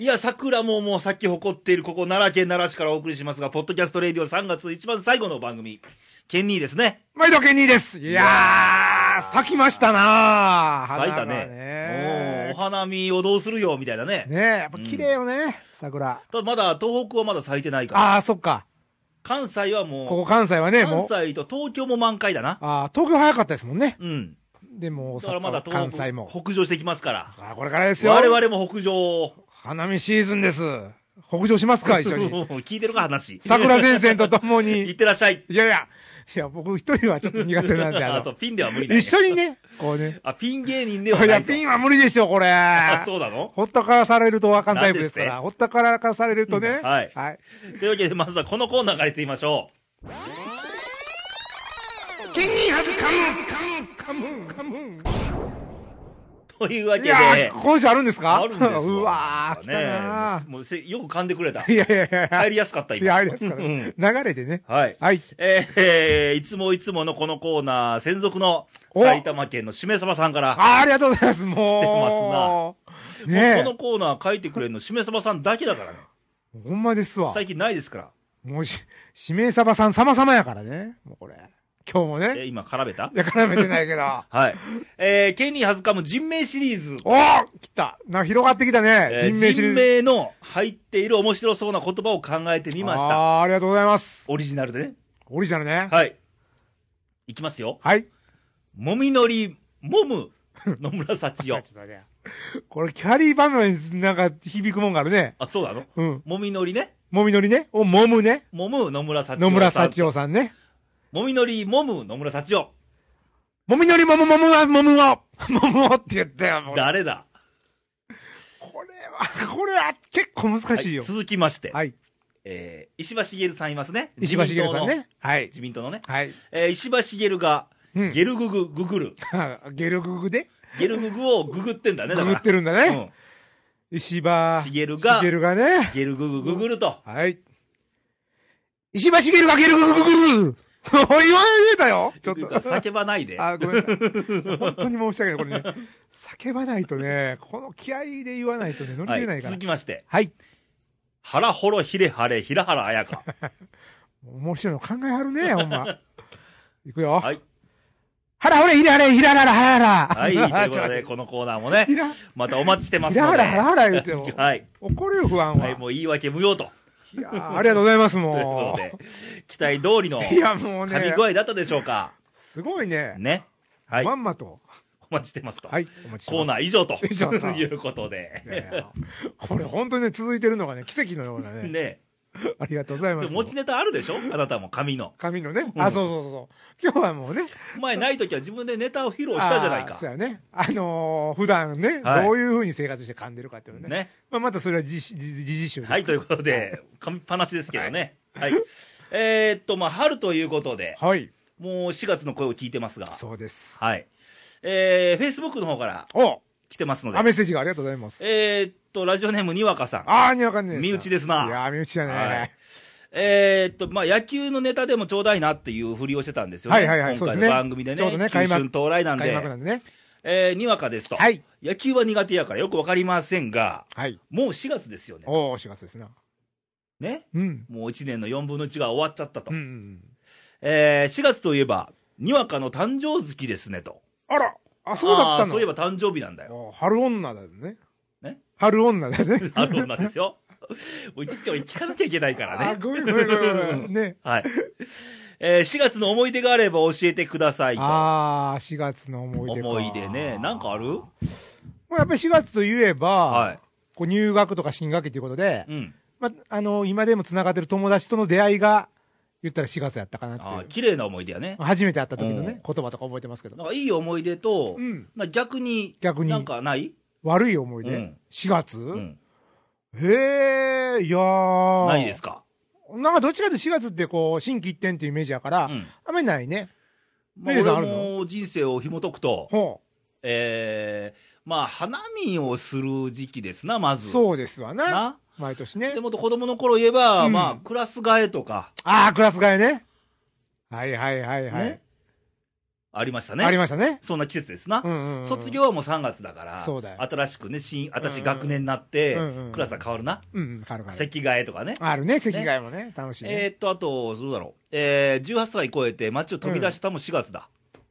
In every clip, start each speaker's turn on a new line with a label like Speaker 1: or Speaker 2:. Speaker 1: いや、桜ももうさっき誇っているここ奈良県奈良市からお送りしますが、ポッドキャストレディオ3月一番最後の番組、ケンニーですね。
Speaker 2: 毎度ケニーです。いやー、咲きましたなー。
Speaker 1: 咲いた
Speaker 2: 花が
Speaker 1: ね。うんお
Speaker 2: ね
Speaker 1: 花見をどうするよ、みたいなね。
Speaker 2: ねえ、やっぱ綺麗よね、桜。
Speaker 1: ただまだ東北はまだ咲いてないから。
Speaker 2: あー、そっか。
Speaker 1: 関西は
Speaker 2: ここ
Speaker 1: もう、
Speaker 2: 関西はね、も
Speaker 1: 関
Speaker 2: う。
Speaker 1: 西と東京も満開だな。
Speaker 2: あー、東京早かったですもんね。
Speaker 1: うん。
Speaker 2: でも、
Speaker 1: だからまだ
Speaker 2: そっか関
Speaker 1: 東
Speaker 2: 西
Speaker 1: 北
Speaker 2: も。
Speaker 1: 北上してきますから。
Speaker 2: あーこれからですよ。
Speaker 1: 我々も北上。
Speaker 2: 花見シーズンです。北上しま すか、一緒に。
Speaker 1: 聞いてるか話。
Speaker 2: 桜前線とと も
Speaker 1: 行っ
Speaker 2: に。
Speaker 1: てらっしゃい。
Speaker 2: いやいや、い や、僕一人はちょっと苦手なんで、あ
Speaker 1: あ
Speaker 2: の、
Speaker 1: そう、ピンでは無理だ、ね。
Speaker 2: 一緒にね、こうね。
Speaker 1: あ、ピン芸人
Speaker 2: い
Speaker 1: ではないと。
Speaker 2: や、ピンは無理でしょ、これ。
Speaker 1: あ、そうなの
Speaker 2: ほったからされるとわかんタイプですか
Speaker 1: なん
Speaker 2: ら、ほったからかされるとね、
Speaker 1: うんはい
Speaker 2: はい。
Speaker 1: というわけで、まずはこのコーナーからやってみましょ
Speaker 2: ケニーハズカムンカムンカムンカ
Speaker 1: う。
Speaker 2: ム
Speaker 1: というわけ
Speaker 2: ンい
Speaker 1: で、
Speaker 2: やー、今週あるんですか
Speaker 1: あるんですわ
Speaker 2: うわー、来たな
Speaker 1: ねもうせよく噛んでくれた。
Speaker 2: ー。いやいやいやいや。
Speaker 1: 入りやすかった、今。
Speaker 2: いや、あれですから、
Speaker 1: うん
Speaker 2: ね、流れでね。
Speaker 1: はい。
Speaker 2: はい。
Speaker 1: えーえーいつもいつものこのコーナー、専属の
Speaker 2: お
Speaker 1: 埼玉県のしめさばさんから、
Speaker 2: あーありがとうございます、もう。
Speaker 1: もうこ
Speaker 2: ね
Speaker 1: のコーナー書いてくれるのしめさばさんだけだからね。
Speaker 2: え。ほんまですわ。
Speaker 1: 最近ないですから。
Speaker 2: もうし、しめさばさん様々やからね。もうこれ。今日も
Speaker 1: えー
Speaker 2: ね。
Speaker 1: 今、絡めた
Speaker 2: いや、絡めてないけど。
Speaker 1: はい。えー、ケニーはずかむ人名シリーズ。
Speaker 2: おー来たな、広がってきたね。
Speaker 1: えー
Speaker 2: 人名シリーズ。
Speaker 1: 人名の入っている面白そうな言葉を考えてみました。
Speaker 2: あーありがとうございます。
Speaker 1: オリジナルでね。
Speaker 2: オリジナルね。
Speaker 1: はい。いきますよ。
Speaker 2: はい。
Speaker 1: もみのり、もむ、野村幸代
Speaker 2: あち。ょっとねこれ、キャリー場面になんか響くもんがあるね。
Speaker 1: あ、そうなの
Speaker 2: うん。
Speaker 1: もみのりね。
Speaker 2: もみのりね。お、もむね。
Speaker 1: もむ、野村幸代。
Speaker 2: 野村幸。男さんね。
Speaker 1: もみのり、もむ、野村幸代。
Speaker 2: もみのりもむもむは、もむを。 もむをって言ったよ、もう
Speaker 1: 誰だ
Speaker 2: これは、これは結構難しいよ
Speaker 1: は。続きまして。
Speaker 2: はい。
Speaker 1: えー、石破茂さんいますね。
Speaker 2: 石破茂さんね。はい。
Speaker 1: 自民党の。自民党のね。
Speaker 2: はい。
Speaker 1: えー、石破茂が、
Speaker 2: うん
Speaker 1: ゲルググ、ググる。
Speaker 2: ゲルググで
Speaker 1: ゲルググをググってんだね、だ
Speaker 2: グ
Speaker 1: か
Speaker 2: グ
Speaker 1: ら。
Speaker 2: ってるんだね。
Speaker 1: うん
Speaker 2: 石破。
Speaker 1: 茂が
Speaker 2: 茂がね。
Speaker 1: ゲルググググルと。
Speaker 2: はい。石破茂がゲルグググ グ言われたよちょっ
Speaker 1: という
Speaker 2: と
Speaker 1: か。叫ばないで。
Speaker 2: あ、ごめんなさい。本当に申し訳ない。これね、叫ばないとね、この気合で言わないとね、乗り切れ
Speaker 1: は、
Speaker 2: ないいから。は
Speaker 1: 続
Speaker 2: い。
Speaker 1: きまして。腹ほろひれはれ、平原綾香。
Speaker 2: 面白いの考えはるね、ほんま。いくよ。は
Speaker 1: はい。
Speaker 2: らほれ、ひらはれ、ひららら、はらら。
Speaker 1: はい。ということで、
Speaker 2: ちょ
Speaker 1: このコーナーもね
Speaker 2: ひ、ら、
Speaker 1: またお待ちしてま
Speaker 2: ひ
Speaker 1: す
Speaker 2: ら
Speaker 1: の
Speaker 2: は
Speaker 1: で。
Speaker 2: ら、はらはら言うても。
Speaker 1: はい。
Speaker 2: 怒るよ、不安は。
Speaker 1: はい、もう言い訳無用と。
Speaker 2: いやーありがとうございます、
Speaker 1: という
Speaker 2: も
Speaker 1: ことで、期待通りの
Speaker 2: う。いや、もう
Speaker 1: 噛み
Speaker 2: ね
Speaker 1: 具、合だったでしょうか。
Speaker 2: すごいね。
Speaker 1: ね。はい。
Speaker 2: ま
Speaker 1: お
Speaker 2: んまと。
Speaker 1: 待ちしてますと。
Speaker 2: はい、お待ちして
Speaker 1: コー
Speaker 2: ます
Speaker 1: ナー以上と。
Speaker 2: 以上と
Speaker 1: いうことで。
Speaker 2: いやいやこれ本当にね、続いてるのがね、奇跡のようなね。
Speaker 1: ね
Speaker 2: ありがとうございま。
Speaker 1: ですも持ちネタあるでしょあなたも紙の。
Speaker 2: 紙のね。
Speaker 1: う
Speaker 2: あ、
Speaker 1: ん
Speaker 2: そうそうそうそう。今日はもうね、
Speaker 1: 前ない時は自分でネタを披露したじゃない
Speaker 2: あ
Speaker 1: か
Speaker 2: ーそ。うやね。あのー普段ね、
Speaker 1: はい
Speaker 2: どういうふうに生活して噛んでるかっていうのね。
Speaker 1: ね。
Speaker 2: まあ、またそれは自自自自習です。
Speaker 1: はい、ということで、噛みっぱなしですけどね。はい。えーっと、まあ、春ということで、
Speaker 2: はい。
Speaker 1: もう4月の声を聞いてますが、
Speaker 2: そうです。
Speaker 1: はい。えー、Facebook の方から
Speaker 2: お
Speaker 1: 来てますの
Speaker 2: あ、メ
Speaker 1: で、
Speaker 2: ッセージがありがとうございます。
Speaker 1: えーっと、ラジオネームにわかさん。
Speaker 2: あー、にわかんねえ
Speaker 1: 身内ですない
Speaker 2: やー、身内だね。
Speaker 1: はいえーっと、まあ、野球のネタでもちょうだいなっていうふりをしてたんですよね。
Speaker 2: はいはいはい
Speaker 1: 今
Speaker 2: そう
Speaker 1: 回の
Speaker 2: ですね
Speaker 1: 番組でね。
Speaker 2: ちょうどね
Speaker 1: 球
Speaker 2: 開幕
Speaker 1: 春到来なん
Speaker 2: 開幕
Speaker 1: で
Speaker 2: な、んでね。
Speaker 1: えー、にわかですと、
Speaker 2: はい。
Speaker 1: 野球は苦手やからよくわかりませんが、
Speaker 2: はい。
Speaker 1: もう4月ですよね。
Speaker 2: おー、4月ですな。
Speaker 1: ね。
Speaker 2: うん。
Speaker 1: もう1年の4分の1が終わっちゃったと。
Speaker 2: うんうんうん。
Speaker 1: えー、4月といえば、にわかの誕生月ですねと。
Speaker 2: あらあ、そうだった
Speaker 1: あー
Speaker 2: の
Speaker 1: そういえば誕生日なんだよ。
Speaker 2: あー春女だよね。
Speaker 1: ね
Speaker 2: 春女だ よね。
Speaker 1: ある女ですよ。もう一応聞かなきゃいけないから
Speaker 2: あ
Speaker 1: ね
Speaker 2: ー、。ごめんごめんごめんごめん。 ね。
Speaker 1: はい。えー、4月の思い出があれば教えてくださいと。
Speaker 2: あー、4月の思い出か。
Speaker 1: 思い出ね。なんかある
Speaker 2: まあやっぱり4月といえば、
Speaker 1: はい
Speaker 2: こう入学とか新学期ということで、
Speaker 1: うん。
Speaker 2: まあ、あの、今でも繋がってる友達との出会いが、言ったら4月やったかなって
Speaker 1: あ
Speaker 2: い
Speaker 1: ー
Speaker 2: う。
Speaker 1: 綺麗な思い出やね。
Speaker 2: 初めて会った時のね、
Speaker 1: う
Speaker 2: 言葉とか覚えてますけど。
Speaker 1: なんかいい思い出と、
Speaker 2: うん
Speaker 1: な逆に、
Speaker 2: 逆に
Speaker 1: なんかない
Speaker 2: 悪い思い出、
Speaker 1: うん
Speaker 2: 4月、
Speaker 1: うん。
Speaker 2: へえ、いやー。
Speaker 1: ないですか。
Speaker 2: なんかどちらかというと4月ってこう、新規一点っていうイメージやから、
Speaker 1: うん。
Speaker 2: あんまりないね。
Speaker 1: まあ、
Speaker 2: レイ
Speaker 1: 俺
Speaker 2: さんあるの
Speaker 1: も人生を紐解くと、
Speaker 2: ほ
Speaker 1: えー、まあ、花見をする時期ですな、ま
Speaker 2: う。
Speaker 1: ず。う。
Speaker 2: そうですわな。
Speaker 1: な。
Speaker 2: 毎年ね
Speaker 1: で。もっと子供の頃言えば、
Speaker 2: うん
Speaker 1: まあ、クラス替えとか、
Speaker 2: ああ、クラス替えね。はいはいはいはい。
Speaker 1: ね。ありましたね。
Speaker 2: ありましたね。
Speaker 1: そんな季節ですな。
Speaker 2: うんうんうん
Speaker 1: 卒業はもう3月だから、
Speaker 2: そうだよ
Speaker 1: 新しくね、新、私学年になって、
Speaker 2: うんうんうん
Speaker 1: クラスは変わるな。
Speaker 2: うんうん、軽々
Speaker 1: 席替えとかね。
Speaker 2: あるね、席替えもね、楽しいね。
Speaker 1: えーっと、あと、どうだろう。えー、18歳超えて街を飛び出したも4月だ。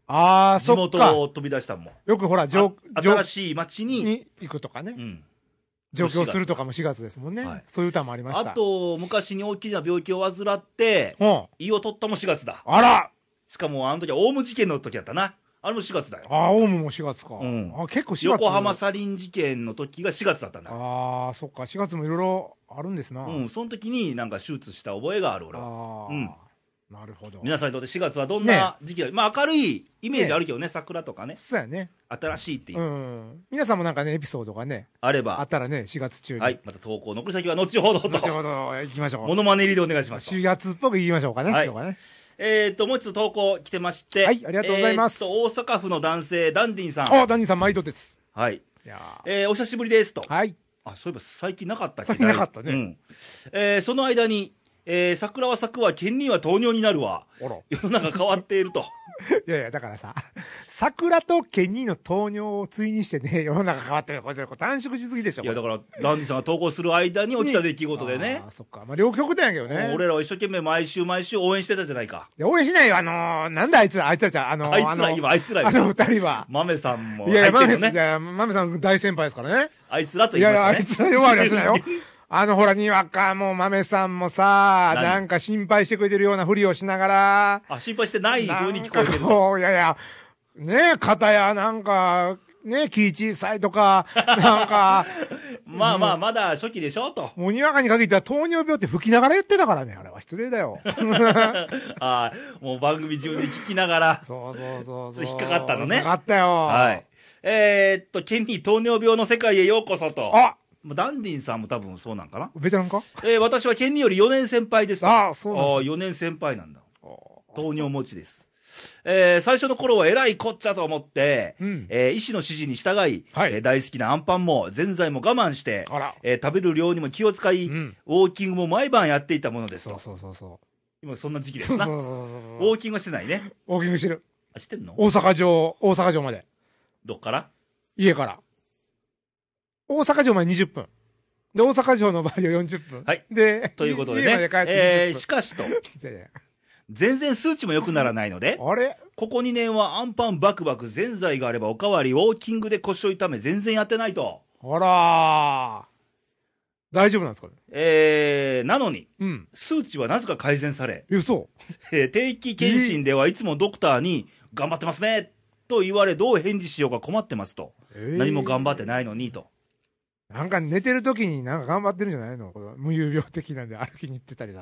Speaker 2: ああ、
Speaker 1: 地
Speaker 2: そっか。
Speaker 1: 元を飛び出したもん。
Speaker 2: よくほら、上、
Speaker 1: あ
Speaker 2: 上
Speaker 1: 新しい街に、
Speaker 2: に行くとかね
Speaker 1: う。ん。
Speaker 2: 上京するとかも4月ですもんね
Speaker 1: はい。
Speaker 2: そういう歌もありまし
Speaker 1: あ
Speaker 2: た。
Speaker 1: と、昔に大きな病気を患って、
Speaker 2: うん、
Speaker 1: 胃を取ったも4月だ。
Speaker 2: あら
Speaker 1: しかも、あの時はオウム事件の時やったな。あれも4月だよ。
Speaker 2: あー、オウムも4月か。
Speaker 1: うん
Speaker 2: あ結構4月。
Speaker 1: 横浜サリン事件の時が4月だったんだ。
Speaker 2: ああ、そっか、4月もいろいろあるんですな。
Speaker 1: うん、その時になんか手術した覚えがある俺は。
Speaker 2: あ
Speaker 1: う
Speaker 2: あ、
Speaker 1: ん
Speaker 2: なるほど。
Speaker 1: 皆さんにとって4月はどんな時期だ、まあ明るいイメージあるけどね、桜とかね、
Speaker 2: そうやね。
Speaker 1: 新しいっていう、
Speaker 2: うん。皆さんもなんかね、エピソードがね、
Speaker 1: あれ
Speaker 2: あ
Speaker 1: ば
Speaker 2: っ、たらね、4月中に。
Speaker 1: はい、また投稿、残り先は後ほどと、
Speaker 2: 後ほど行きましょ
Speaker 1: も
Speaker 2: う。
Speaker 1: のまね入りでお願いしますと
Speaker 2: 4。月っぽく言いましょうかね、
Speaker 1: はい
Speaker 2: 今日はね。
Speaker 1: えー、と、もう一つ投稿来てまして、
Speaker 2: はいありがとうございます
Speaker 1: えーっと、大阪府の男性、ダンディンさん、
Speaker 2: あ、ダニーさん、毎度です。
Speaker 1: はい、
Speaker 2: いやー
Speaker 1: えー、お久しぶりですと、
Speaker 2: はい。
Speaker 1: あそういえば最近なかったっけ
Speaker 2: 最近なかったね
Speaker 1: うんえーその間に、えー桜は咲くわ、県民は糖尿になるわ、
Speaker 2: おろ。
Speaker 1: 世の中変わってい ると、
Speaker 2: いやいや、だからさ、 桜とケニーの糖尿を対にしてね、世 の中変わってるこれ、これ短縮しすぎでしょ。
Speaker 1: いや、だ
Speaker 2: か
Speaker 1: から、ダンディンさんが投稿する間に起きた出来事でね。
Speaker 2: あーそっか。まあ、両極端やけどね。
Speaker 1: 俺らは一生懸命毎週毎週応援してたじゃないか。
Speaker 2: いや応援しないよ、あのー、なんだあいつら、あいつらじゃん、あのー、
Speaker 1: あいつら今、あいつら
Speaker 2: あの
Speaker 1: 今。
Speaker 2: 二人は。
Speaker 1: マメさんも
Speaker 2: いやい
Speaker 1: 入ってる
Speaker 2: や、マメ
Speaker 1: よ
Speaker 2: さん、い
Speaker 1: ね。
Speaker 2: や、マメさん大先輩ですからね。
Speaker 1: あいつらと
Speaker 2: い
Speaker 1: 言
Speaker 2: や
Speaker 1: い
Speaker 2: いや、
Speaker 1: ま
Speaker 2: あ
Speaker 1: し
Speaker 2: い
Speaker 1: たね。
Speaker 2: つら弱いやつ だよ。あの、ほら、にわかもマメさんもさ、
Speaker 1: 何
Speaker 2: なんか心配してくれてるようなふりをしながら、
Speaker 1: あ、心配してない風に聞こえてる
Speaker 2: なんか
Speaker 1: と。
Speaker 2: こういやいや、ねえ、片やなんか、ねえ、気小さいとか、 なんか、
Speaker 1: まあまあ、まだ初期でしょと。
Speaker 2: もうにわかに限っては糖尿病って吹きながら言ってたからね、あれは失礼だよ。
Speaker 1: あーもう番組中で聞きながら。
Speaker 2: そうそうそう
Speaker 1: ち
Speaker 2: そ
Speaker 1: ょっと
Speaker 2: う。
Speaker 1: 引っかかったのね
Speaker 2: 引っかかったよ。
Speaker 1: はい。。えーっと、ケニー糖尿病の世界へようこそと。
Speaker 2: あ
Speaker 1: もうダンディンさんも多分そうなんかな。
Speaker 2: ベテランか
Speaker 1: えー私はケニーより4年先輩ですと。
Speaker 2: あーそうなんだ
Speaker 1: あー4年先輩なんだ。糖尿持ちです。えー最初の頃はえらいこっちゃと思って、
Speaker 2: うん
Speaker 1: えー医師の指示に従い、
Speaker 2: はい
Speaker 1: えー大好きなアンパンもぜんざいも我慢して
Speaker 2: あら、
Speaker 1: えー食べる量にも気を使い、
Speaker 2: うん
Speaker 1: ウォーキングも毎晩やっていたものです
Speaker 2: そ
Speaker 1: と
Speaker 2: う。そうそうそう。
Speaker 1: 今そんな時期で
Speaker 2: そ
Speaker 1: す
Speaker 2: う
Speaker 1: な。
Speaker 2: そうそう
Speaker 1: ウ
Speaker 2: そう
Speaker 1: ォーキングはしてないね。
Speaker 2: ウォーキングしてる。
Speaker 1: あ、してんの
Speaker 2: 大阪城、大阪城まで。
Speaker 1: どっから
Speaker 2: 家から。大阪城まで20分。で、大阪城の場合は40分。
Speaker 1: はい。
Speaker 2: で、
Speaker 1: ということで
Speaker 2: 家
Speaker 1: ね
Speaker 2: まで帰っ。
Speaker 1: えー
Speaker 2: て20
Speaker 1: しかしと、
Speaker 2: 分。いやいや
Speaker 1: 全然数値も良くならないので、
Speaker 2: あれ
Speaker 1: ここ2年はアンパンバクバク、ぜんざいがあればおかわり、ウォーキングで腰を痛め、全然やってないと。
Speaker 2: あらー大丈夫なんですかね
Speaker 1: えーなのに、
Speaker 2: うん。
Speaker 1: 数値はなぜか改善され、
Speaker 2: え、嘘
Speaker 1: えー定期検診ではいつもドクターに、頑張ってますねと言われ、どう返事しようか困ってますと、何も頑張ってないのにと、
Speaker 2: なんか寝てる時になんか頑張ってるんじゃないのこの無遊病的なんで歩きに行ってたりだ。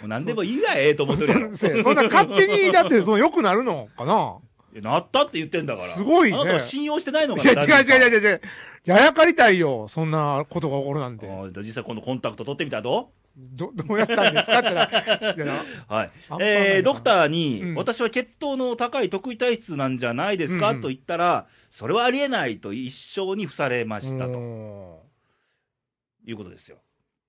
Speaker 1: もう何でもいいがええと思ってるやろ、
Speaker 2: そんな勝手に、だってその良くなるのかない
Speaker 1: やなったって言ってんだから、
Speaker 2: すごいね
Speaker 1: あなたは信用してないのか
Speaker 2: いや、
Speaker 1: な、
Speaker 2: 違う違う
Speaker 1: う
Speaker 2: 違う違う。ややかりたいよ。そんなことが起こるなんて。
Speaker 1: 実際、今度コンタクト取ってみたらど
Speaker 2: ど、 どうやったんですかってな。いやな
Speaker 1: う、はい
Speaker 2: アンパンマン
Speaker 1: えー
Speaker 2: だ
Speaker 1: ドクターに、
Speaker 2: うん
Speaker 1: 私は血糖の高い特異体質なんじゃないですか、
Speaker 2: うんうん
Speaker 1: と言ったら、それはありえないと一生に付されましたと
Speaker 2: と。
Speaker 1: いうことですよ。